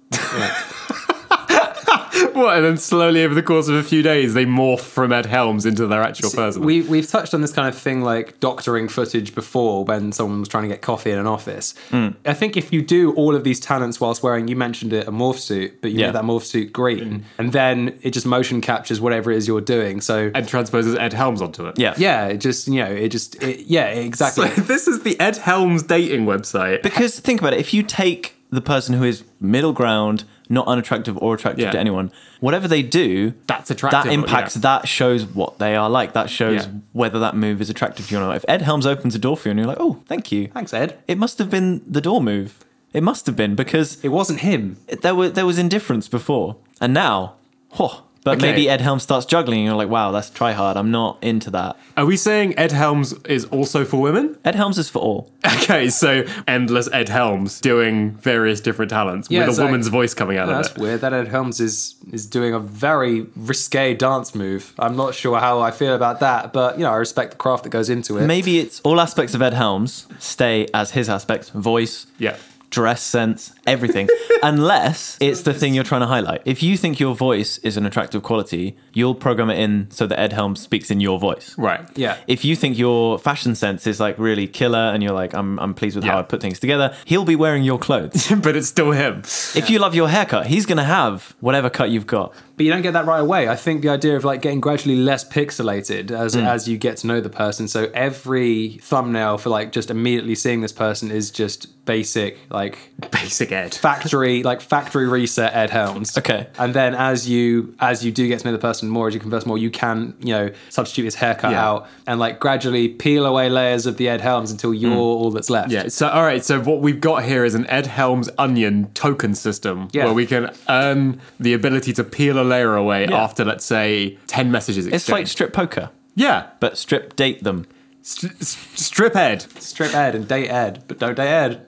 Speaker 3: What, and then slowly over the course of a few days, they morph from Ed Helms into their actual person.
Speaker 2: we we've touched on this kind of thing like doctoring footage before when someone was trying to get coffee in an office.
Speaker 3: Hmm.
Speaker 2: I think if you do all of these talents whilst wearing, you mentioned it, a morph suit, but you
Speaker 1: Yeah.
Speaker 2: make that morph suit
Speaker 3: Hmm.
Speaker 2: green, and then it just motion captures whatever it is you're doing. So
Speaker 3: and transposes Ed Helms onto it.
Speaker 1: Yeah.
Speaker 2: yeah, it just you know, it just it, yeah,
Speaker 3: So
Speaker 2: exactly.
Speaker 3: this is the Ed Helms dating website.
Speaker 1: Because think about it if you take the person who is middle ground, not unattractive or attractive
Speaker 3: Yeah.
Speaker 1: to anyone, whatever they do,
Speaker 3: That's
Speaker 1: that
Speaker 3: attractive,
Speaker 1: impacts,
Speaker 3: yeah.
Speaker 1: that shows what they are like. That shows
Speaker 3: Yeah.
Speaker 1: whether that move is attractive to you or not. If Ed Helms opens a door for you and you're like, oh, thank you,
Speaker 2: Thanks, Ed.
Speaker 1: it must have been the door move. It must have been because
Speaker 2: It wasn't him.
Speaker 1: there was there was indifference before, and now, huh. But
Speaker 3: Okay.
Speaker 1: maybe Ed Helms starts juggling, and you're like, wow, that's try hard. I'm not into that.
Speaker 3: Are we saying Ed Helms is also for women?
Speaker 1: Ed Helms is for all.
Speaker 3: Okay, so endless Ed Helms doing various different talents
Speaker 2: Yeah,
Speaker 3: with a
Speaker 2: exact-
Speaker 3: woman's voice coming out of
Speaker 2: That's
Speaker 3: it.
Speaker 2: weird. That Ed Helms is is doing a very risque dance move. I'm not sure how I feel about that, but you know, I respect the craft that goes into it.
Speaker 1: Maybe it's all aspects of Ed Helms stay as his aspects: voice,
Speaker 3: Yeah.
Speaker 1: dress sense, everything. Unless it's the thing you're trying to highlight. If you think your voice is an attractive quality, you'll program it in so that Ed Helms speaks in your voice.
Speaker 3: Right.
Speaker 2: Yeah.
Speaker 1: If you think your fashion sense is like really killer and you're like, I'm, I'm pleased with how
Speaker 3: Yeah.
Speaker 1: I put things together, he'll be wearing your clothes.
Speaker 3: but it's still him.
Speaker 1: If you love your haircut, he's going to have whatever cut you've got.
Speaker 2: but you don't get that right away. I think the idea of like getting gradually less pixelated as as you get to know the person. So every thumbnail for like just immediately seeing this person is just basic like
Speaker 3: Basic Ed.
Speaker 2: factory like factory reset Ed Helms.
Speaker 1: Okay.
Speaker 2: And then as you as you do get to know the person more, as you converse more, you can you know substitute his haircut
Speaker 3: Yeah.
Speaker 2: out and like gradually peel away layers of the Ed Helms until you're all that's left.
Speaker 3: Yeah. So, all right. So, what we've got here is an Ed Helms onion token system
Speaker 2: Yeah.
Speaker 3: where we can earn the ability to peel a layer away
Speaker 1: Yeah.
Speaker 3: after, let's say, 10 messages exchanged.
Speaker 1: It's like strip poker,
Speaker 3: yeah.
Speaker 1: but strip date them.
Speaker 3: St- st- strip Ed.
Speaker 2: Strip Ed and date Ed, but don't date Ed.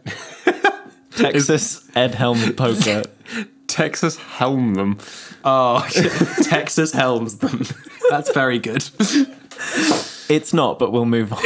Speaker 1: Texas Ed Helm poker.
Speaker 3: Texas helm them.
Speaker 2: Oh, Texas Helms them. That's very good.
Speaker 1: It's not, but we'll move on.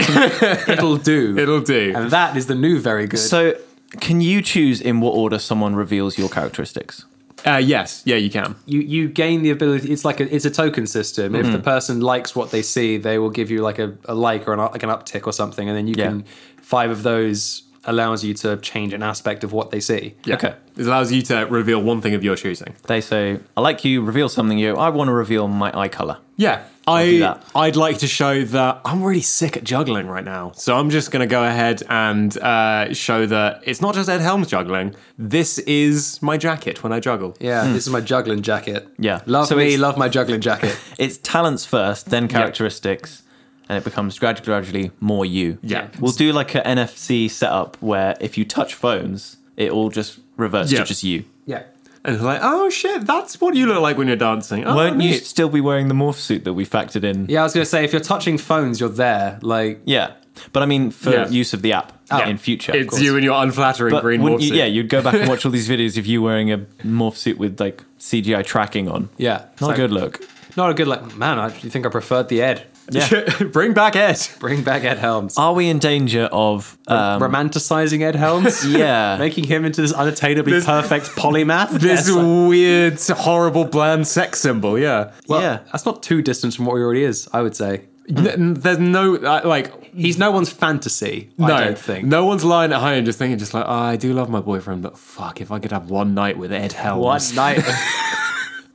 Speaker 2: It'll do.
Speaker 3: It'll do.
Speaker 2: And that is the new very good.
Speaker 1: So, can you choose in what order someone reveals your characteristics?
Speaker 3: Uh, yes, yeah, you can.
Speaker 2: you you gain the ability. It's like a, it's a token system. If the
Speaker 1: Hmm.
Speaker 2: person likes what they see, they will give you like a, a like or an, up- like an uptick or something, and then you
Speaker 1: Yeah.
Speaker 2: can five of those allows you to change an aspect of what they see.
Speaker 3: Yeah.
Speaker 1: Okay.
Speaker 3: It allows you to reveal one thing of your choosing.
Speaker 1: They say, I like you, reveal something you. I want to reveal my eye color.
Speaker 3: Yeah.
Speaker 1: do
Speaker 3: I
Speaker 1: that.
Speaker 3: I'd like to show that I'm really sick at juggling right now. So I'm just gonna go ahead and uh, show that it's not just Ed Helms juggling. This is my jacket when I juggle.
Speaker 2: Yeah, this is my juggling jacket.
Speaker 1: Hmm. Yeah.
Speaker 2: love
Speaker 1: So
Speaker 2: me,
Speaker 1: it's-
Speaker 2: love my juggling jacket.
Speaker 1: It's talents first, then characteristics, and it becomes gradu- gradually more you.
Speaker 3: Yeah.
Speaker 1: We'll do like an NFC setup where if you touch phones, it all just reverts
Speaker 3: Yeah.
Speaker 1: to just you.
Speaker 2: yeah,
Speaker 3: And it's like, oh shit, that's what you look like when you're dancing. Oh,
Speaker 1: Won't you
Speaker 3: neat.
Speaker 1: still be wearing the morph suit that we factored in?
Speaker 2: yeah. I was gonna say if you're touching phones, you're there. Like
Speaker 1: Yeah. But I mean, for
Speaker 3: Yeah.
Speaker 1: use of the app
Speaker 3: Yeah.
Speaker 1: in future. of
Speaker 3: It's
Speaker 1: course.
Speaker 3: you and your unflattering
Speaker 1: But
Speaker 3: green
Speaker 1: wouldn't
Speaker 3: morph
Speaker 1: you-
Speaker 3: suit.
Speaker 1: yeah, you'd go back and watch all these videos of you wearing a morph suit with like CGI tracking on.
Speaker 2: yeah,
Speaker 1: Not
Speaker 2: So-
Speaker 1: a good look.
Speaker 2: Not a good like man. I actually think I preferred the Ed.
Speaker 1: Yeah.
Speaker 3: Bring back Ed.
Speaker 2: Bring back Ed Helms.
Speaker 1: Are we in danger of um,
Speaker 2: Romanticizing Ed Helms.
Speaker 1: Yeah.
Speaker 2: Making him into this unattainably
Speaker 3: This-
Speaker 2: perfect polymath. Yes.
Speaker 3: This weird, horrible, bland sex symbol. Yeah.
Speaker 2: Well,
Speaker 1: Yeah.
Speaker 2: That's not too distant from what he already is, I would say.
Speaker 3: N- there's no uh, like.
Speaker 2: He's no one's fantasy,
Speaker 3: No,
Speaker 2: I don't think.
Speaker 3: no one's lying at home just thinking, just like, oh, I do love my boyfriend, but fuck, if I could have one night with Ed Helms.
Speaker 2: One night.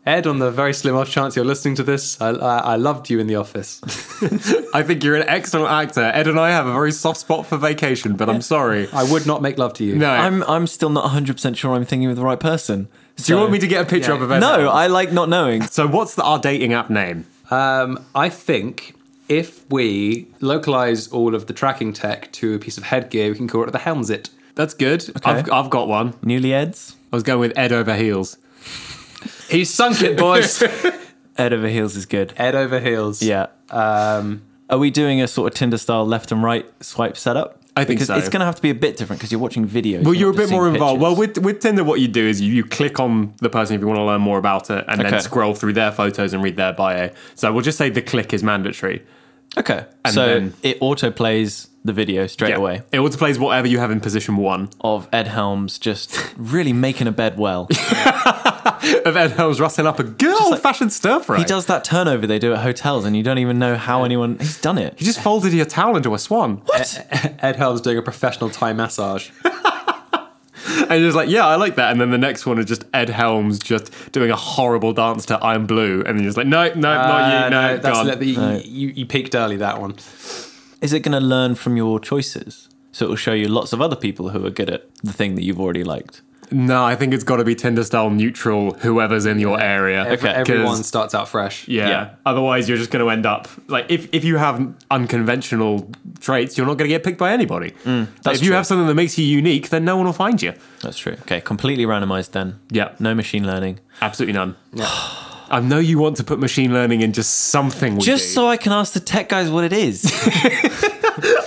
Speaker 2: Ed, on the very slim off chance you're listening to this, I, I, I loved you in the office.
Speaker 3: I think you're an excellent actor. Ed and I have a very soft spot for vacation, but I'm sorry.
Speaker 2: I would not make love to you.
Speaker 3: No.
Speaker 1: I'm I'm still not 100% sure I'm thinking with the right person.
Speaker 3: do you want me to get a picture
Speaker 2: Yeah.
Speaker 3: up of Ed?
Speaker 1: No,
Speaker 3: Helms?
Speaker 1: I like not knowing.
Speaker 3: So what's the, our dating app name?
Speaker 2: Um, I think if we localize all of the tracking tech to a piece of headgear, we can call it the Helmsit.
Speaker 3: That's good. I've, I've got one.
Speaker 1: Newly Eds?
Speaker 3: I was going with Ed over heels.
Speaker 2: He's sunk it, boys.
Speaker 1: Ed over heels is good.
Speaker 2: Head over heels.
Speaker 1: Yeah.
Speaker 2: Um,
Speaker 1: Are we doing a sort of Tinder style left and right swipe setup?
Speaker 3: I think
Speaker 1: because
Speaker 3: so.
Speaker 1: it's going to have to be a bit different because you're watching videos.
Speaker 3: Well,
Speaker 1: not
Speaker 3: you're a
Speaker 1: just
Speaker 3: bit more
Speaker 1: seeing
Speaker 3: involved. Well,
Speaker 1: pictures.
Speaker 3: with, with Tinder, what you do is you, you click on the person if you want to learn more about it and
Speaker 1: Okay.
Speaker 3: then scroll through their photos and read their bio. So we'll just say the click is mandatory.
Speaker 1: okay. So
Speaker 3: then-
Speaker 1: it auto plays the video straight away
Speaker 3: It autoplays whatever you have in position one
Speaker 1: of Ed Helms just really making a bed well.
Speaker 3: of Ed Helms rustling up a good old fashioned stir fry.
Speaker 1: he does that turnover they do at hotels, and you don't even know how anyone. He's done it.
Speaker 3: You just folded your towel into a swan.
Speaker 2: Ed Helms doing a professional Thai massage.
Speaker 3: And you're just like, yeah, I like that. And then the next one is just Ed Helms just doing a horrible dance to I'm Blue. And then you're just like, no, no, not
Speaker 2: Uh,
Speaker 3: you. No,
Speaker 2: that's
Speaker 3: gone.
Speaker 2: li- you, you, you peaked early that one.
Speaker 1: Is it going to learn from your choices? So it will show you lots of other people who are good at the thing that you've already liked.
Speaker 3: No, I think it's got to be Tinder style neutral, whoever's in your area.
Speaker 2: Every-
Speaker 3: 'Cause-
Speaker 2: everyone starts out fresh.
Speaker 3: Yeah.
Speaker 1: Yeah.
Speaker 3: Otherwise, you're just going to end up like if, if you have unconventional traits, you're not going to get picked by anybody.
Speaker 1: Mm, that's
Speaker 3: if you
Speaker 1: true.
Speaker 3: have something that makes you unique, then no one will find you.
Speaker 1: That's true. Okay, completely randomized then.
Speaker 3: Yeah.
Speaker 1: No machine learning.
Speaker 3: Absolutely none. I know you want to put machine learning in just something. We
Speaker 1: Just
Speaker 3: do.
Speaker 1: so I can ask the tech guys what it is.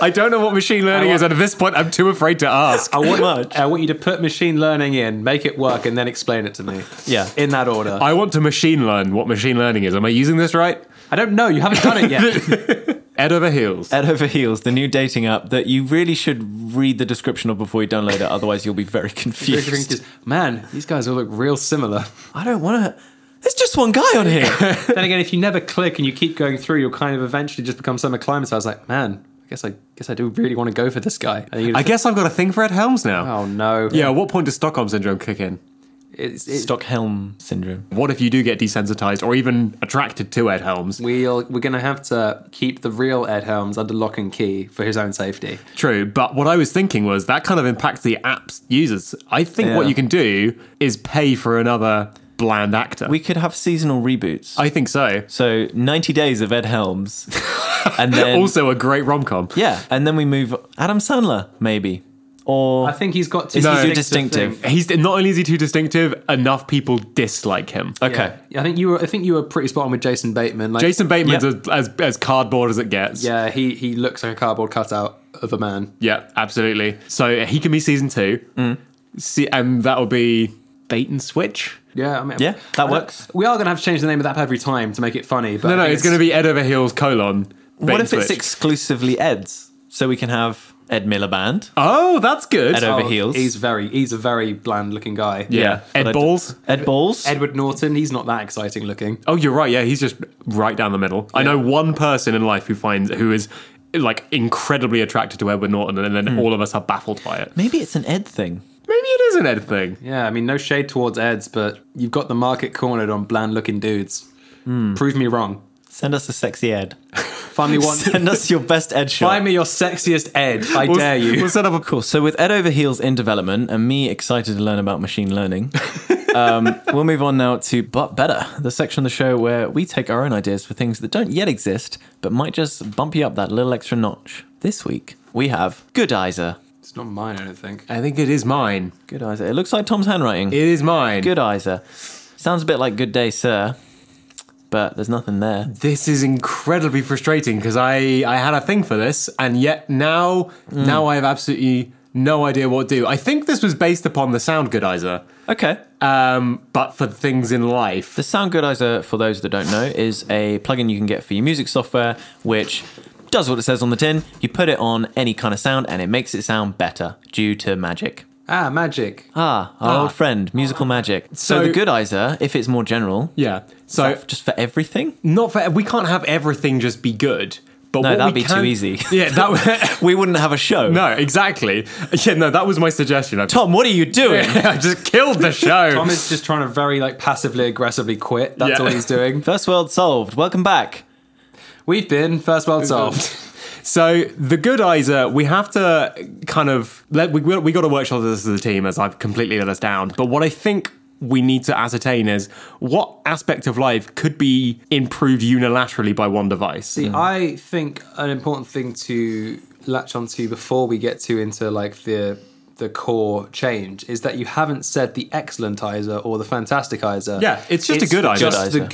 Speaker 3: I don't know what machine learning
Speaker 2: I
Speaker 3: is, and at this point, I'm too afraid to ask.
Speaker 2: I want,
Speaker 1: much.
Speaker 2: I want you to put machine learning in, make it work, and then explain it to me.
Speaker 1: Yeah.
Speaker 2: In that order. I,
Speaker 3: I want to machine learn what machine learning is. Am I using this right?
Speaker 2: don't know. You haven't done it yet.
Speaker 3: Head over heels.
Speaker 1: Head over heels, the new dating app that you really should read the description of before you download it, otherwise you'll be very confused.
Speaker 2: Man, these guys all look real similar.
Speaker 1: I don't want to. There's just one guy on here.
Speaker 2: then again, if you never click and you keep going through, you'll kind of eventually just become so acclimatized. Like, man, I guess I guess I do really want to go for this guy. And you
Speaker 3: I
Speaker 2: just-
Speaker 3: guess I've got a thing for Ed Helms now.
Speaker 2: Oh no.
Speaker 3: Yeah, at what point does Stockholm syndrome kick in?
Speaker 2: It's, it's,
Speaker 1: Stockholm syndrome.
Speaker 3: What if you do get desensitized or even attracted to Ed Helms?
Speaker 2: We'll, we're going to have to keep the real Ed Helms under lock and key for his own safety.
Speaker 3: True, but what I was thinking was that kind of impacts the app's users. I think what
Speaker 1: Yeah.
Speaker 3: you can do is pay for another bland actor.
Speaker 1: We could have seasonal reboots.
Speaker 3: I think so.
Speaker 1: so 90 days of Ed Helms. and then.
Speaker 3: also, a great rom com.
Speaker 1: yeah, and then we move Adam Sandler, maybe. Or.
Speaker 2: I think he's got two
Speaker 1: Is he too
Speaker 2: things to
Speaker 1: distinctive?
Speaker 2: think.
Speaker 3: He's not only is he too distinctive, enough people dislike him.
Speaker 1: okay.
Speaker 2: Yeah. I think you were I think you were pretty spot on with Jason Bateman. Like,
Speaker 3: Jason Bateman's
Speaker 1: Yep.
Speaker 3: as, as as cardboard as it gets.
Speaker 2: Yeah, he he looks like a cardboard cutout of a man.
Speaker 3: Yeah, absolutely. So he can be season two. See, and that'll be Mm. bait and switch.
Speaker 2: Yeah, I mean,
Speaker 1: Yeah, that
Speaker 2: I don't-
Speaker 1: works.
Speaker 2: We are going to have to change the name of that every time to make it funny. But
Speaker 3: No,
Speaker 2: I
Speaker 3: no,
Speaker 2: think
Speaker 3: it's going to be Ed over heels colon. bait
Speaker 1: What
Speaker 3: and
Speaker 1: if it's
Speaker 3: switch.
Speaker 1: exclusively Ed's? So we can have Ed Miliband.
Speaker 3: Oh, that's good.
Speaker 1: Ed over heels.
Speaker 2: He's very he's a very bland looking guy.
Speaker 3: yeah.
Speaker 1: But I
Speaker 3: Ed
Speaker 1: d-
Speaker 3: balls.
Speaker 1: Ed Balls.
Speaker 2: Edward Norton, he's not that exciting looking.
Speaker 3: Oh, you're right. Yeah, he's just right down the middle. I know one person in life who finds who is like incredibly attracted to Edward Norton, and then all of us are baffled by it.
Speaker 1: Maybe it's an Ed thing.
Speaker 3: Maybe it is an Ed thing.
Speaker 2: Yeah, I mean, no shade towards Eds, but you've got the market cornered on bland looking dudes.
Speaker 1: Hmm.
Speaker 2: Prove me wrong.
Speaker 1: Send us a sexy Ed.
Speaker 2: Find me one.
Speaker 1: Send us your best Ed shot.
Speaker 2: find me your sexiest Ed. I
Speaker 3: We'll-
Speaker 2: dare you.
Speaker 3: We'll set up a
Speaker 1: Cool. So with Ed over heels in development and me excited to learn about machine learning, um, we'll move on now to But Better, the section of the show where we take our own ideas for things that don't yet exist but might just bump you up that little extra notch. This week we have Goodizer.
Speaker 2: It's not mine, I don't think.
Speaker 3: I think it is mine.
Speaker 1: Goodizer. It looks like Tom's handwriting.
Speaker 3: It is mine.
Speaker 1: Goodizer. Sounds a bit like Good Day, Sir, but there's nothing there.
Speaker 3: This is incredibly frustrating because I I had a thing for this, and yet now now I have absolutely No idea what do. I think this was based upon the Soundgoodizer,
Speaker 1: Okay.
Speaker 3: um, but for things in life.
Speaker 1: The Soundgoodizer, for those that don't know, is a plugin you can get for your music software, which does what it says on the tin. You put it on any kind of sound, and it makes it sound better due to magic.
Speaker 2: Ah, magic.
Speaker 1: Ah, our old friend, musical magic. So,
Speaker 3: So-
Speaker 1: the Goodizer, if it's more general,
Speaker 3: yeah.
Speaker 1: is
Speaker 3: So
Speaker 1: that just for everything.
Speaker 3: not for we can't have everything just be good. But
Speaker 1: No,
Speaker 3: what
Speaker 1: that'd
Speaker 3: we
Speaker 1: be
Speaker 3: can-
Speaker 1: too easy.
Speaker 3: Yeah, that would.
Speaker 1: we wouldn't have a show.
Speaker 3: no, exactly. Yeah, no, that was my suggestion. I,
Speaker 1: Tom, what are you doing?
Speaker 3: I just killed the show.
Speaker 2: Tom is just trying to very like passively aggressively quit. That's
Speaker 3: Yeah.
Speaker 2: all he's doing.
Speaker 1: First world solved. Welcome back.
Speaker 2: We've been first world solved.
Speaker 3: So the good Isa, we have to kind of let we we got to workshop this as a team, as I've completely let us down. But what I think we need to ascertain is what aspect of life could be improved unilaterally by one device.
Speaker 2: See, I think an important thing to latch onto before we get to into like the the core change is that you haven't said the excellentizer or the fantasticizer.
Speaker 3: Yeah, it's just a goodizer.
Speaker 2: Just the
Speaker 1: Goodizer.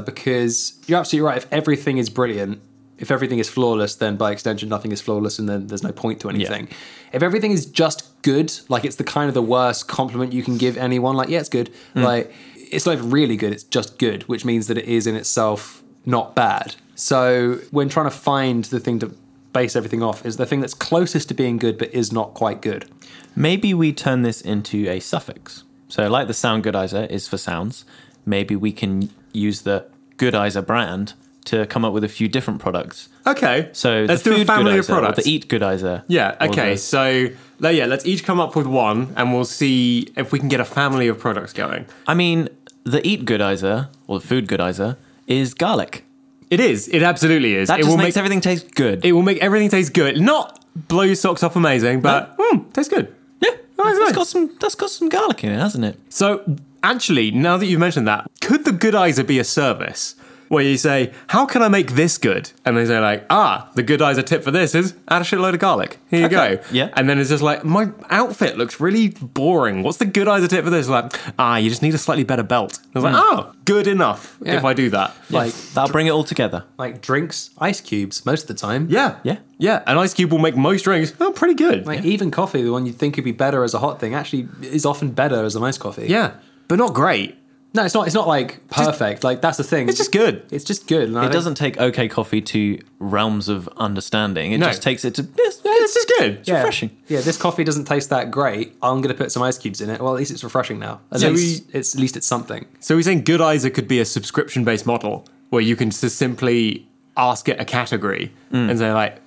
Speaker 2: goodizer because you're absolutely right. If everything is brilliant, if everything is flawless, then by extension nothing is flawless, and then there's no point to anything. If everything is just good, like it's the kind of the worst compliment you can give anyone. Like, yeah, it's good.
Speaker 3: Mm.
Speaker 2: Like, it's not even really good. It's just good, which means that it is in itself not bad. So when trying to find the thing to base everything off is the thing that's closest to being good but is not quite good.
Speaker 1: Maybe we turn this into a suffix. So, like the sound goodizer is for sounds, maybe we can use the goodizer brand to come up with a few different products.
Speaker 3: Okay,
Speaker 1: So,
Speaker 3: let's
Speaker 1: the
Speaker 3: do a
Speaker 1: food
Speaker 3: family of
Speaker 1: goodizer or
Speaker 3: products.
Speaker 1: The eat goodizer.
Speaker 3: yeah.
Speaker 1: or
Speaker 3: Okay.
Speaker 1: the-
Speaker 3: So le- yeah, let's each come up with one, and we'll see if we can get a family of products going.
Speaker 1: I mean, the eat goodizer or the food goodizer is garlic.
Speaker 3: It is. It absolutely is.
Speaker 1: That
Speaker 3: it
Speaker 1: just
Speaker 3: will
Speaker 1: makes
Speaker 3: make
Speaker 1: everything taste good.
Speaker 3: it will make everything taste good. Not blow your socks off amazing, but mm, tastes good.
Speaker 1: yeah,
Speaker 3: it's
Speaker 1: that's
Speaker 3: good.
Speaker 1: got some. That's got some garlic in it, hasn't it?
Speaker 3: So, actually, now that you've mentioned that, could the Goodizer be a service where you say, "How can I make this good?" And they say, "Like, ah, the Goodizer tip for this is add a shitload of garlic. Here you
Speaker 1: Okay,
Speaker 3: go."
Speaker 1: yeah.
Speaker 3: And then it's just like, "My outfit looks really boring. What's the Goodizer tip for this?" Like, ah, you just need a slightly better belt. And I was like,
Speaker 1: Hmm.
Speaker 3: "Oh, good enough
Speaker 2: Yeah.
Speaker 3: if I do that."
Speaker 2: Like
Speaker 1: That'll bring it all together.
Speaker 2: like drinks, ice cubes most of the time.
Speaker 3: Yeah,
Speaker 1: Yeah.
Speaker 3: yeah. An ice cube will make most drinks oh, pretty good.
Speaker 2: Like even coffee, the one you'd think would be better as a hot thing, actually is often better as an iced coffee.
Speaker 3: yeah, but not great.
Speaker 2: No, it's not. It's not like perfect. like that's the thing.
Speaker 3: It's just good.
Speaker 2: It's just good. and I
Speaker 1: It
Speaker 2: don't-
Speaker 1: doesn't take OK Coffee to realms of understanding. It
Speaker 3: No.
Speaker 1: just takes it to. It's,
Speaker 3: It's just good.
Speaker 1: Yeah. refreshing.
Speaker 2: Yeah, this coffee doesn't taste that great. I'm gonna put some ice cubes in it. Well, at least it's refreshing now. At
Speaker 3: So
Speaker 2: least it's at least it's something.
Speaker 3: So we're saying Goodizer could be a subscription-based model where you can just simply ask it a category
Speaker 2: Mm.
Speaker 3: and say like,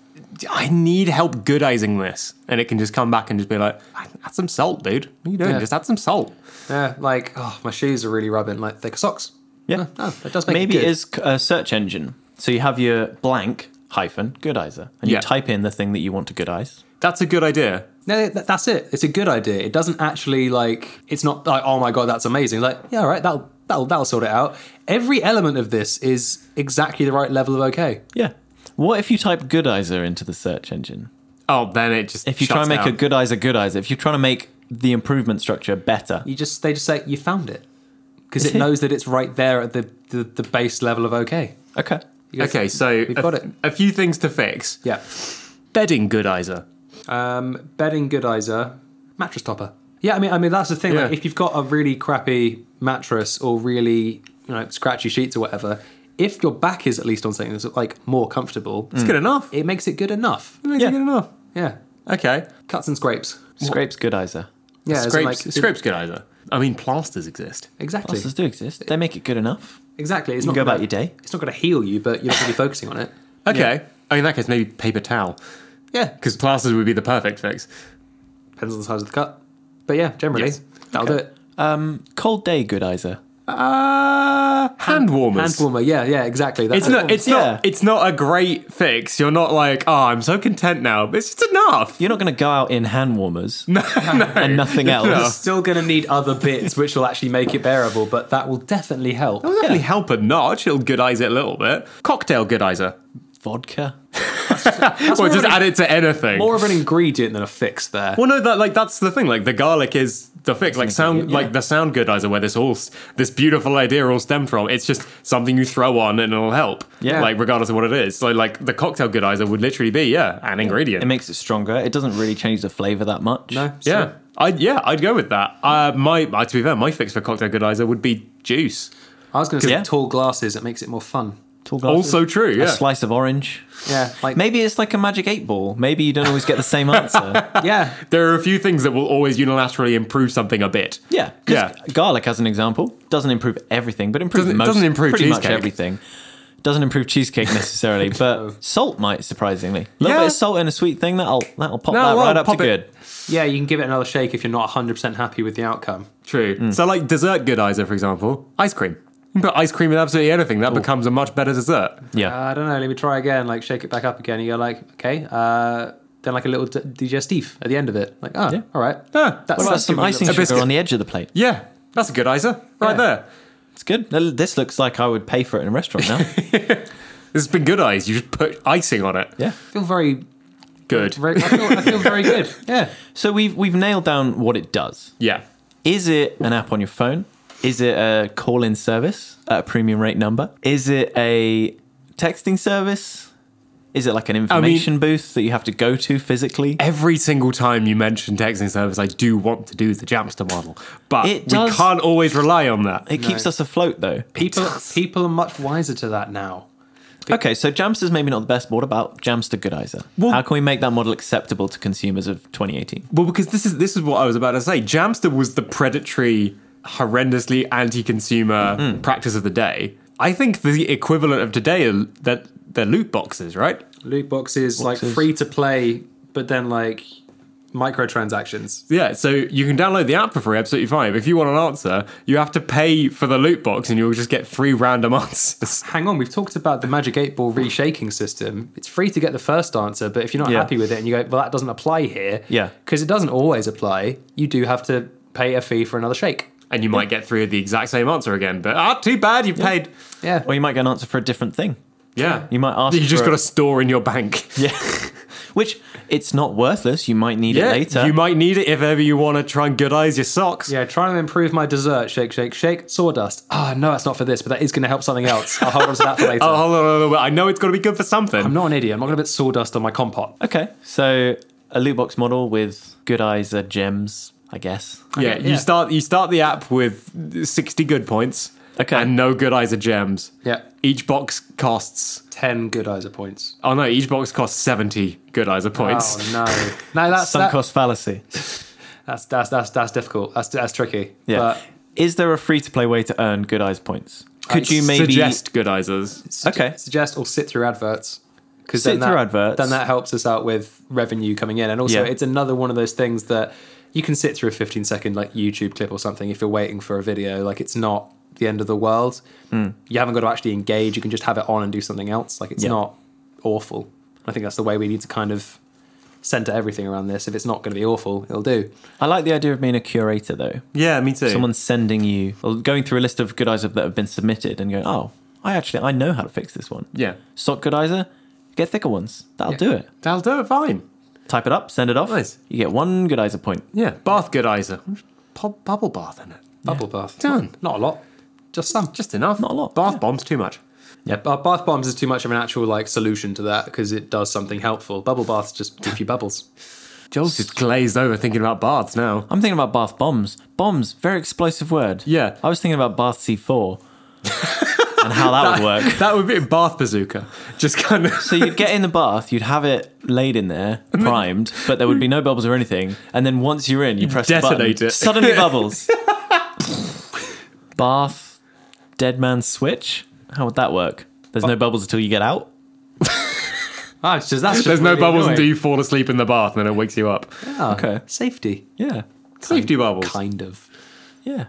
Speaker 3: "I need help Goodizing this," and it can just come back and just be like, "Add some salt, dude. What are you doing?
Speaker 2: Yeah.
Speaker 3: Just add some salt."
Speaker 2: Yeah, like oh, my shoes are really rubbing. Like thicker socks.
Speaker 1: Yeah.
Speaker 2: Oh, that does make
Speaker 1: Maybe
Speaker 2: it
Speaker 1: it
Speaker 2: good.
Speaker 1: is a search engine. So you have your blank hyphen goodizer, and you
Speaker 3: Yeah.
Speaker 1: type in the thing that you want to goodize.
Speaker 3: That's a good idea.
Speaker 2: No, that, that's it. It's a good idea. It doesn't actually like. It's not like oh my god, that's amazing. Like yeah, all right, that'll that'll that'll sort it out. Every element of this is exactly the right level of okay.
Speaker 1: Yeah. What if you type goodizer into the search engine?
Speaker 3: Oh, then it just
Speaker 1: If you try and make a goodizer goodizer, if you're trying to make the improvement structure better,
Speaker 2: You just they just say you found it because it knows that it's right there at the the, the base level of okay.
Speaker 1: okay.
Speaker 2: You go,
Speaker 3: Okay, so
Speaker 2: We've
Speaker 3: a,
Speaker 2: got it.
Speaker 3: a few things to fix.
Speaker 2: Yeah.
Speaker 3: Bedding Goodizer.
Speaker 2: Um, bedding goodizer, mattress topper. Yeah, I mean, I mean that's the thing. Like,
Speaker 3: Yeah.
Speaker 2: if you've got a really crappy mattress or really you know scratchy sheets or whatever, if your back is at least on something that's like more comfortable, Mm.
Speaker 3: It's good enough.
Speaker 2: it makes it good enough.
Speaker 3: It makes
Speaker 1: Yeah.
Speaker 3: it good enough.
Speaker 2: Yeah,
Speaker 3: Okay.
Speaker 2: cuts and scrapes.
Speaker 1: Scrapes goodizer.
Speaker 2: Yeah, as in,
Speaker 3: scrapes.
Speaker 2: like-
Speaker 3: scrapes Goodizer. I mean, plasters exist.
Speaker 2: Exactly,
Speaker 1: Plasters do exist. They make it good enough.
Speaker 2: exactly. It's
Speaker 1: You
Speaker 2: not
Speaker 1: can go
Speaker 2: gonna-
Speaker 1: about your day.
Speaker 2: It's not going to heal you, but you're not going to be focusing on it.
Speaker 3: Okay. Oh, in that case, maybe paper towel.
Speaker 2: Yeah,
Speaker 3: Because plasters would be the perfect fix.
Speaker 2: depends on the size of the cut. But yeah, generally
Speaker 3: Yes.
Speaker 2: that'll do it.
Speaker 1: Um, cold day goodizer.
Speaker 3: Uh, hand warmers.
Speaker 2: Hand warmer. Yeah, yeah, exactly. That's
Speaker 3: It's not. It's
Speaker 1: Yeah.
Speaker 3: not. It's not a great fix. You're not like, oh, I'm so content now. It's just enough.
Speaker 1: You're not going to go out in hand warmers and nothing else.
Speaker 2: You're still going to need other bits which will actually make it bearable, but that will definitely help.
Speaker 3: It'll definitely help a notch. It'll goodize it a little bit. Cocktail goodizer.
Speaker 1: Vodka.
Speaker 3: Or
Speaker 2: more
Speaker 3: just
Speaker 2: of an-
Speaker 3: add it to anything.
Speaker 2: More of an ingredient than a fix there.
Speaker 3: well, no, that like that's the thing. Like the garlic is the fix. Like sound,
Speaker 1: yeah.
Speaker 3: like the sound good eyes are where this all, s- this beautiful idea all stemmed from. It's just something you throw on and it'll help.
Speaker 1: Yeah.
Speaker 3: like regardless of what it is. So like the cocktail good eyes would literally be yeah an ingredient.
Speaker 1: It makes it stronger. It doesn't really change the flavor that much.
Speaker 2: No.
Speaker 3: yeah, I yeah I'd go with that. Uh, my uh, to be fair, my fix for cocktail good eyes would be juice.
Speaker 2: I was going to say
Speaker 1: Yeah.
Speaker 2: tall glasses. It makes it more fun.
Speaker 1: Tall glasses.
Speaker 3: Also true, yeah.
Speaker 1: A slice of orange.
Speaker 2: Yeah, like
Speaker 1: Maybe it's like a magic eight ball. Maybe you don't always get the same answer.
Speaker 2: yeah,
Speaker 3: There are a few things that will always unilaterally improve something a bit.
Speaker 1: Yeah, 'cause
Speaker 3: Yeah.
Speaker 1: Garlic, as an example, doesn't improve everything, but improves
Speaker 3: Doesn't-
Speaker 1: most.
Speaker 3: doesn't improve
Speaker 1: pretty much
Speaker 3: cheesecake.
Speaker 1: everything. Doesn't improve cheesecake necessarily, but salt might surprisingly. A little
Speaker 3: Yeah.
Speaker 1: bit of salt in a sweet thing that'll that'll pop
Speaker 3: No,
Speaker 1: that
Speaker 3: well,
Speaker 1: right up
Speaker 3: pop
Speaker 1: to
Speaker 3: it.
Speaker 1: good.
Speaker 2: yeah. You can give it another shake if you're not 100 percent happy with the outcome.
Speaker 3: True. Mm. So, like dessert goodizer, for example, ice cream. You can put ice cream in absolutely anything. That becomes a much better dessert.
Speaker 1: Yeah,
Speaker 2: Uh, I don't know. Let me try again. Like shake it back up again. And you're like, okay. Uh, then like a little d- digestif at the end of it. Like, oh,
Speaker 1: Yeah.
Speaker 2: all right.
Speaker 3: Yeah. Ah,
Speaker 1: what about some
Speaker 2: giving it
Speaker 1: icing sugar
Speaker 2: a
Speaker 3: little- A biscuit.
Speaker 1: on the edge of the plate?
Speaker 3: Yeah, that's a goodizer right
Speaker 2: Yeah.
Speaker 3: there.
Speaker 1: It's good. This looks like I would pay for it in a restaurant now.
Speaker 3: This has been good eyes. You just put icing on it.
Speaker 1: yeah.
Speaker 2: I feel very,
Speaker 3: Good.
Speaker 2: very I, feel, I feel very good. Yeah.
Speaker 1: So we've we've nailed down what it does.
Speaker 3: Yeah.
Speaker 1: Is it an app on your phone? Is it a call in service at a premium rate number? Is it a texting service? Is it like an information booth that you have to go to physically?
Speaker 3: Every single time you mention texting service, I do want to do the Jamster model, but
Speaker 1: It
Speaker 3: we
Speaker 1: does-
Speaker 3: can't always rely on that.
Speaker 1: It keeps us afloat though.
Speaker 2: People, people are much wiser to that now.
Speaker 1: Okay, so Jamster's maybe not the best. What about Jamster Goodizer? How can we make that model acceptable to consumers of 2018?
Speaker 3: Well, because this is this is what I was about to say. Jamster was the predatory, horrendously anti-consumer
Speaker 1: Mm-hmm.
Speaker 3: practice of the day. I think the equivalent of today are that they're loot boxes, right?
Speaker 2: Loot boxes, like
Speaker 1: Boxes.
Speaker 2: free to play, but then like microtransactions.
Speaker 3: Yeah, so you can download the app for free, absolutely fine. But if you want an answer, you have to pay for the loot box, and you'll just get three random answers.
Speaker 2: Hang on, we've talked about the Magic 8 Ball reshaking system. It's free to get the first answer, but if you're not
Speaker 1: Yeah.
Speaker 2: happy with it and you go, well, that doesn't apply here,
Speaker 1: Yeah.
Speaker 2: because it doesn't always apply, you do have to pay a fee for another shake.
Speaker 3: And you might get three of the exact same answer again, but ah, too bad you paid.
Speaker 2: Yeah.
Speaker 1: Or you might get an answer for a different thing.
Speaker 3: Yeah,
Speaker 1: You might ask
Speaker 3: You just
Speaker 1: for
Speaker 3: got
Speaker 1: a-
Speaker 3: to store in your bank.
Speaker 1: Yeah. Which it's not worthless. You might need it later.
Speaker 3: you might need it if ever you want to try and goodize your socks.
Speaker 2: Yeah, trying to improve my dessert. Shake, shake, shake. Sawdust. Ah, no, that's not for this, but that is going to help something else. I'll hold on to that for later.
Speaker 3: Oh, hold on, hold on, hold on. I know it's got to be good for something.
Speaker 2: I'm not an idiot. I'm not going to put sawdust on my compot.
Speaker 1: okay, so a loot box model with Goodizer gems, I guess.
Speaker 3: Yeah,
Speaker 2: yeah.
Speaker 3: you start you start the app with sixty good points.
Speaker 1: Okay.
Speaker 3: And no good eyes are gems.
Speaker 2: Yeah.
Speaker 3: Each box costs
Speaker 2: 10 good eyes points.
Speaker 3: oh no, each box costs seventy good eyes are points.
Speaker 2: Oh, no. No, that's,
Speaker 1: Sunk
Speaker 2: that,
Speaker 1: cost fallacy.
Speaker 2: that's, that's, that's, that's difficult. That's, that's tricky.
Speaker 1: Yeah.
Speaker 2: But
Speaker 1: is there a free to play way to earn good eyes points? Could
Speaker 2: I
Speaker 1: you maybe
Speaker 3: Suggest good eyes.
Speaker 2: sug-
Speaker 1: Okay.
Speaker 2: suggest or sit through adverts because
Speaker 1: Sit through adverts.
Speaker 2: then that helps us out with revenue coming in and also
Speaker 1: Yeah.
Speaker 2: it's another one of those things that you can sit through a 15 second like youtube clip or something if you're waiting for a video like it's not the end of the world you haven't got to actually engage you can just have it on and do something else like it's
Speaker 1: Mm. Yeah.
Speaker 2: not awful i think that's the way we need to kind of center everything around this if it's not going to be awful it'll do
Speaker 1: I like the idea of being a curator though.
Speaker 3: Yeah, me too.
Speaker 1: Someone's sending you or going through a list of good eyes that have been submitted and going, Oh, I actually I know how to fix this one.
Speaker 3: Yeah.
Speaker 1: Sock good eyes, get thicker ones. That'll
Speaker 2: Yeah.
Speaker 1: do it.
Speaker 3: That'll do it fine.
Speaker 1: Type it up, send it off.
Speaker 3: Nice.
Speaker 1: You get one good eyes point.
Speaker 3: Yeah. Bath good eyes. Pop bubble bath in it.
Speaker 2: bubble bath
Speaker 3: Done.
Speaker 2: not a lot just some
Speaker 3: Just enough.
Speaker 1: Not a lot,
Speaker 3: Bath
Speaker 1: yeah.
Speaker 3: bombs too much.
Speaker 2: Yeah, ba- bath bombs is too much of an actual like solution to that because it does something helpful. Bubble baths just give you bubbles.
Speaker 3: Joel's just glazed over thinking about baths now.
Speaker 1: I'm thinking about bath bombs. Bombs, very explosive word.
Speaker 3: Yeah.
Speaker 1: I was thinking about bath C4 and how that would work.
Speaker 3: that would be a bath bazooka. Just kind of
Speaker 1: So you'd get in the bath, you'd have it laid in there, primed, but there would be no bubbles or anything. And then once you're in, you press
Speaker 3: detonate
Speaker 1: the button,
Speaker 3: it.
Speaker 1: Suddenly bubbles. bath, dead man switch. How would that work? There's
Speaker 3: Oh.
Speaker 1: no bubbles until you get out.
Speaker 2: Ah, it's just, that's just
Speaker 3: There's no
Speaker 2: really
Speaker 3: bubbles until
Speaker 2: annoying.
Speaker 3: you fall asleep in the bath and then it wakes you up.
Speaker 2: Ah,
Speaker 1: Okay.
Speaker 2: safety
Speaker 1: Yeah,
Speaker 3: Safety bubbles.
Speaker 2: kind of.
Speaker 1: yeah.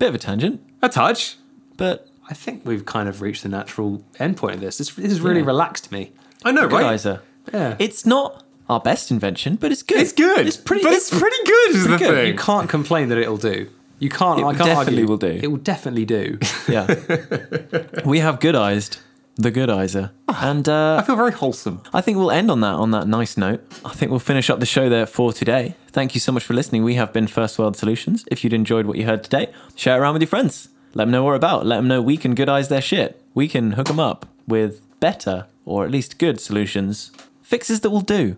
Speaker 1: Bit of a tangent,
Speaker 3: A touch.
Speaker 1: but
Speaker 2: I think we've kind of reached the natural end point of this. This, this has really
Speaker 1: Yeah.
Speaker 2: relaxed me.
Speaker 3: I know,
Speaker 1: good
Speaker 3: right?
Speaker 1: Isa.
Speaker 2: Yeah,
Speaker 1: It's not our best invention, but it's good.
Speaker 3: It's good.
Speaker 1: It's pretty.
Speaker 3: But it's, pretty good, is the
Speaker 1: good.
Speaker 3: thing.
Speaker 2: you can't complain that it'll do. You can't.
Speaker 1: It
Speaker 2: I can't
Speaker 1: definitely
Speaker 2: argue.
Speaker 1: will do.
Speaker 2: It will definitely do.
Speaker 1: yeah. we have good eyes, the good eyes
Speaker 3: Ah.
Speaker 1: and uh,
Speaker 3: I feel very wholesome.
Speaker 1: I think we'll end on that on that nice note. I think we'll finish up the show there for today. Thank you so much for listening. We have been First World Solutions. If you'd enjoyed what you heard today, share it around with your friends. Let them know what we're about. Let them know we can good eyes their shit. We can hook them up with better or at least good solutions, fixes that will do.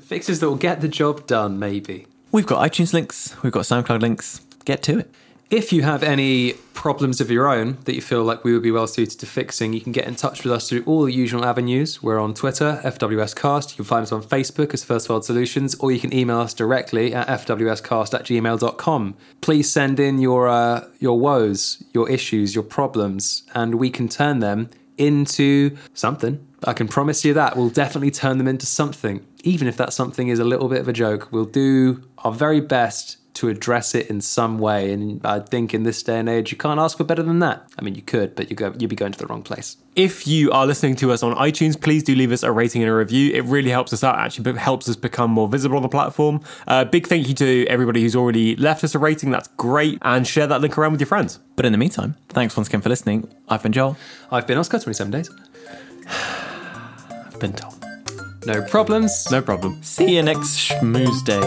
Speaker 2: Fixes that will get the job done, maybe.
Speaker 1: We've got iTunes links, we've got SoundCloud links. Get to it.
Speaker 2: If you have any problems of your own that you feel like we would be well suited to fixing, you can get in touch with us through all the usual avenues. We're on Twitter, FWScast. You can find us on Facebook as First World Solutions, or you can email us directly at FWScast at gmail.com. Please send in your, uh, your woes, your issues, your problems, and we can turn them into something. I can promise you that. We'll definitely turn them into something. Even if that something is a little bit of a joke, we'll do our very best to address it in some way. And I think in this day and age, you can't ask for better than that. I mean, you could, but you go, you'd be going to the wrong place.
Speaker 3: If you are listening to us on iTunes, please do leave us a rating and a review. It really helps us out, actually, but helps us become more visible on the platform. Uh, big thank you to everybody who's already left us a rating. That's great. And share that link around with your friends.
Speaker 1: But in the meantime, thanks once again for listening. I've been Joel.
Speaker 2: I've been Oscar 27 days.
Speaker 1: I've been Tom.
Speaker 2: No problems.
Speaker 3: No problem.
Speaker 1: See you next Schmooze Day.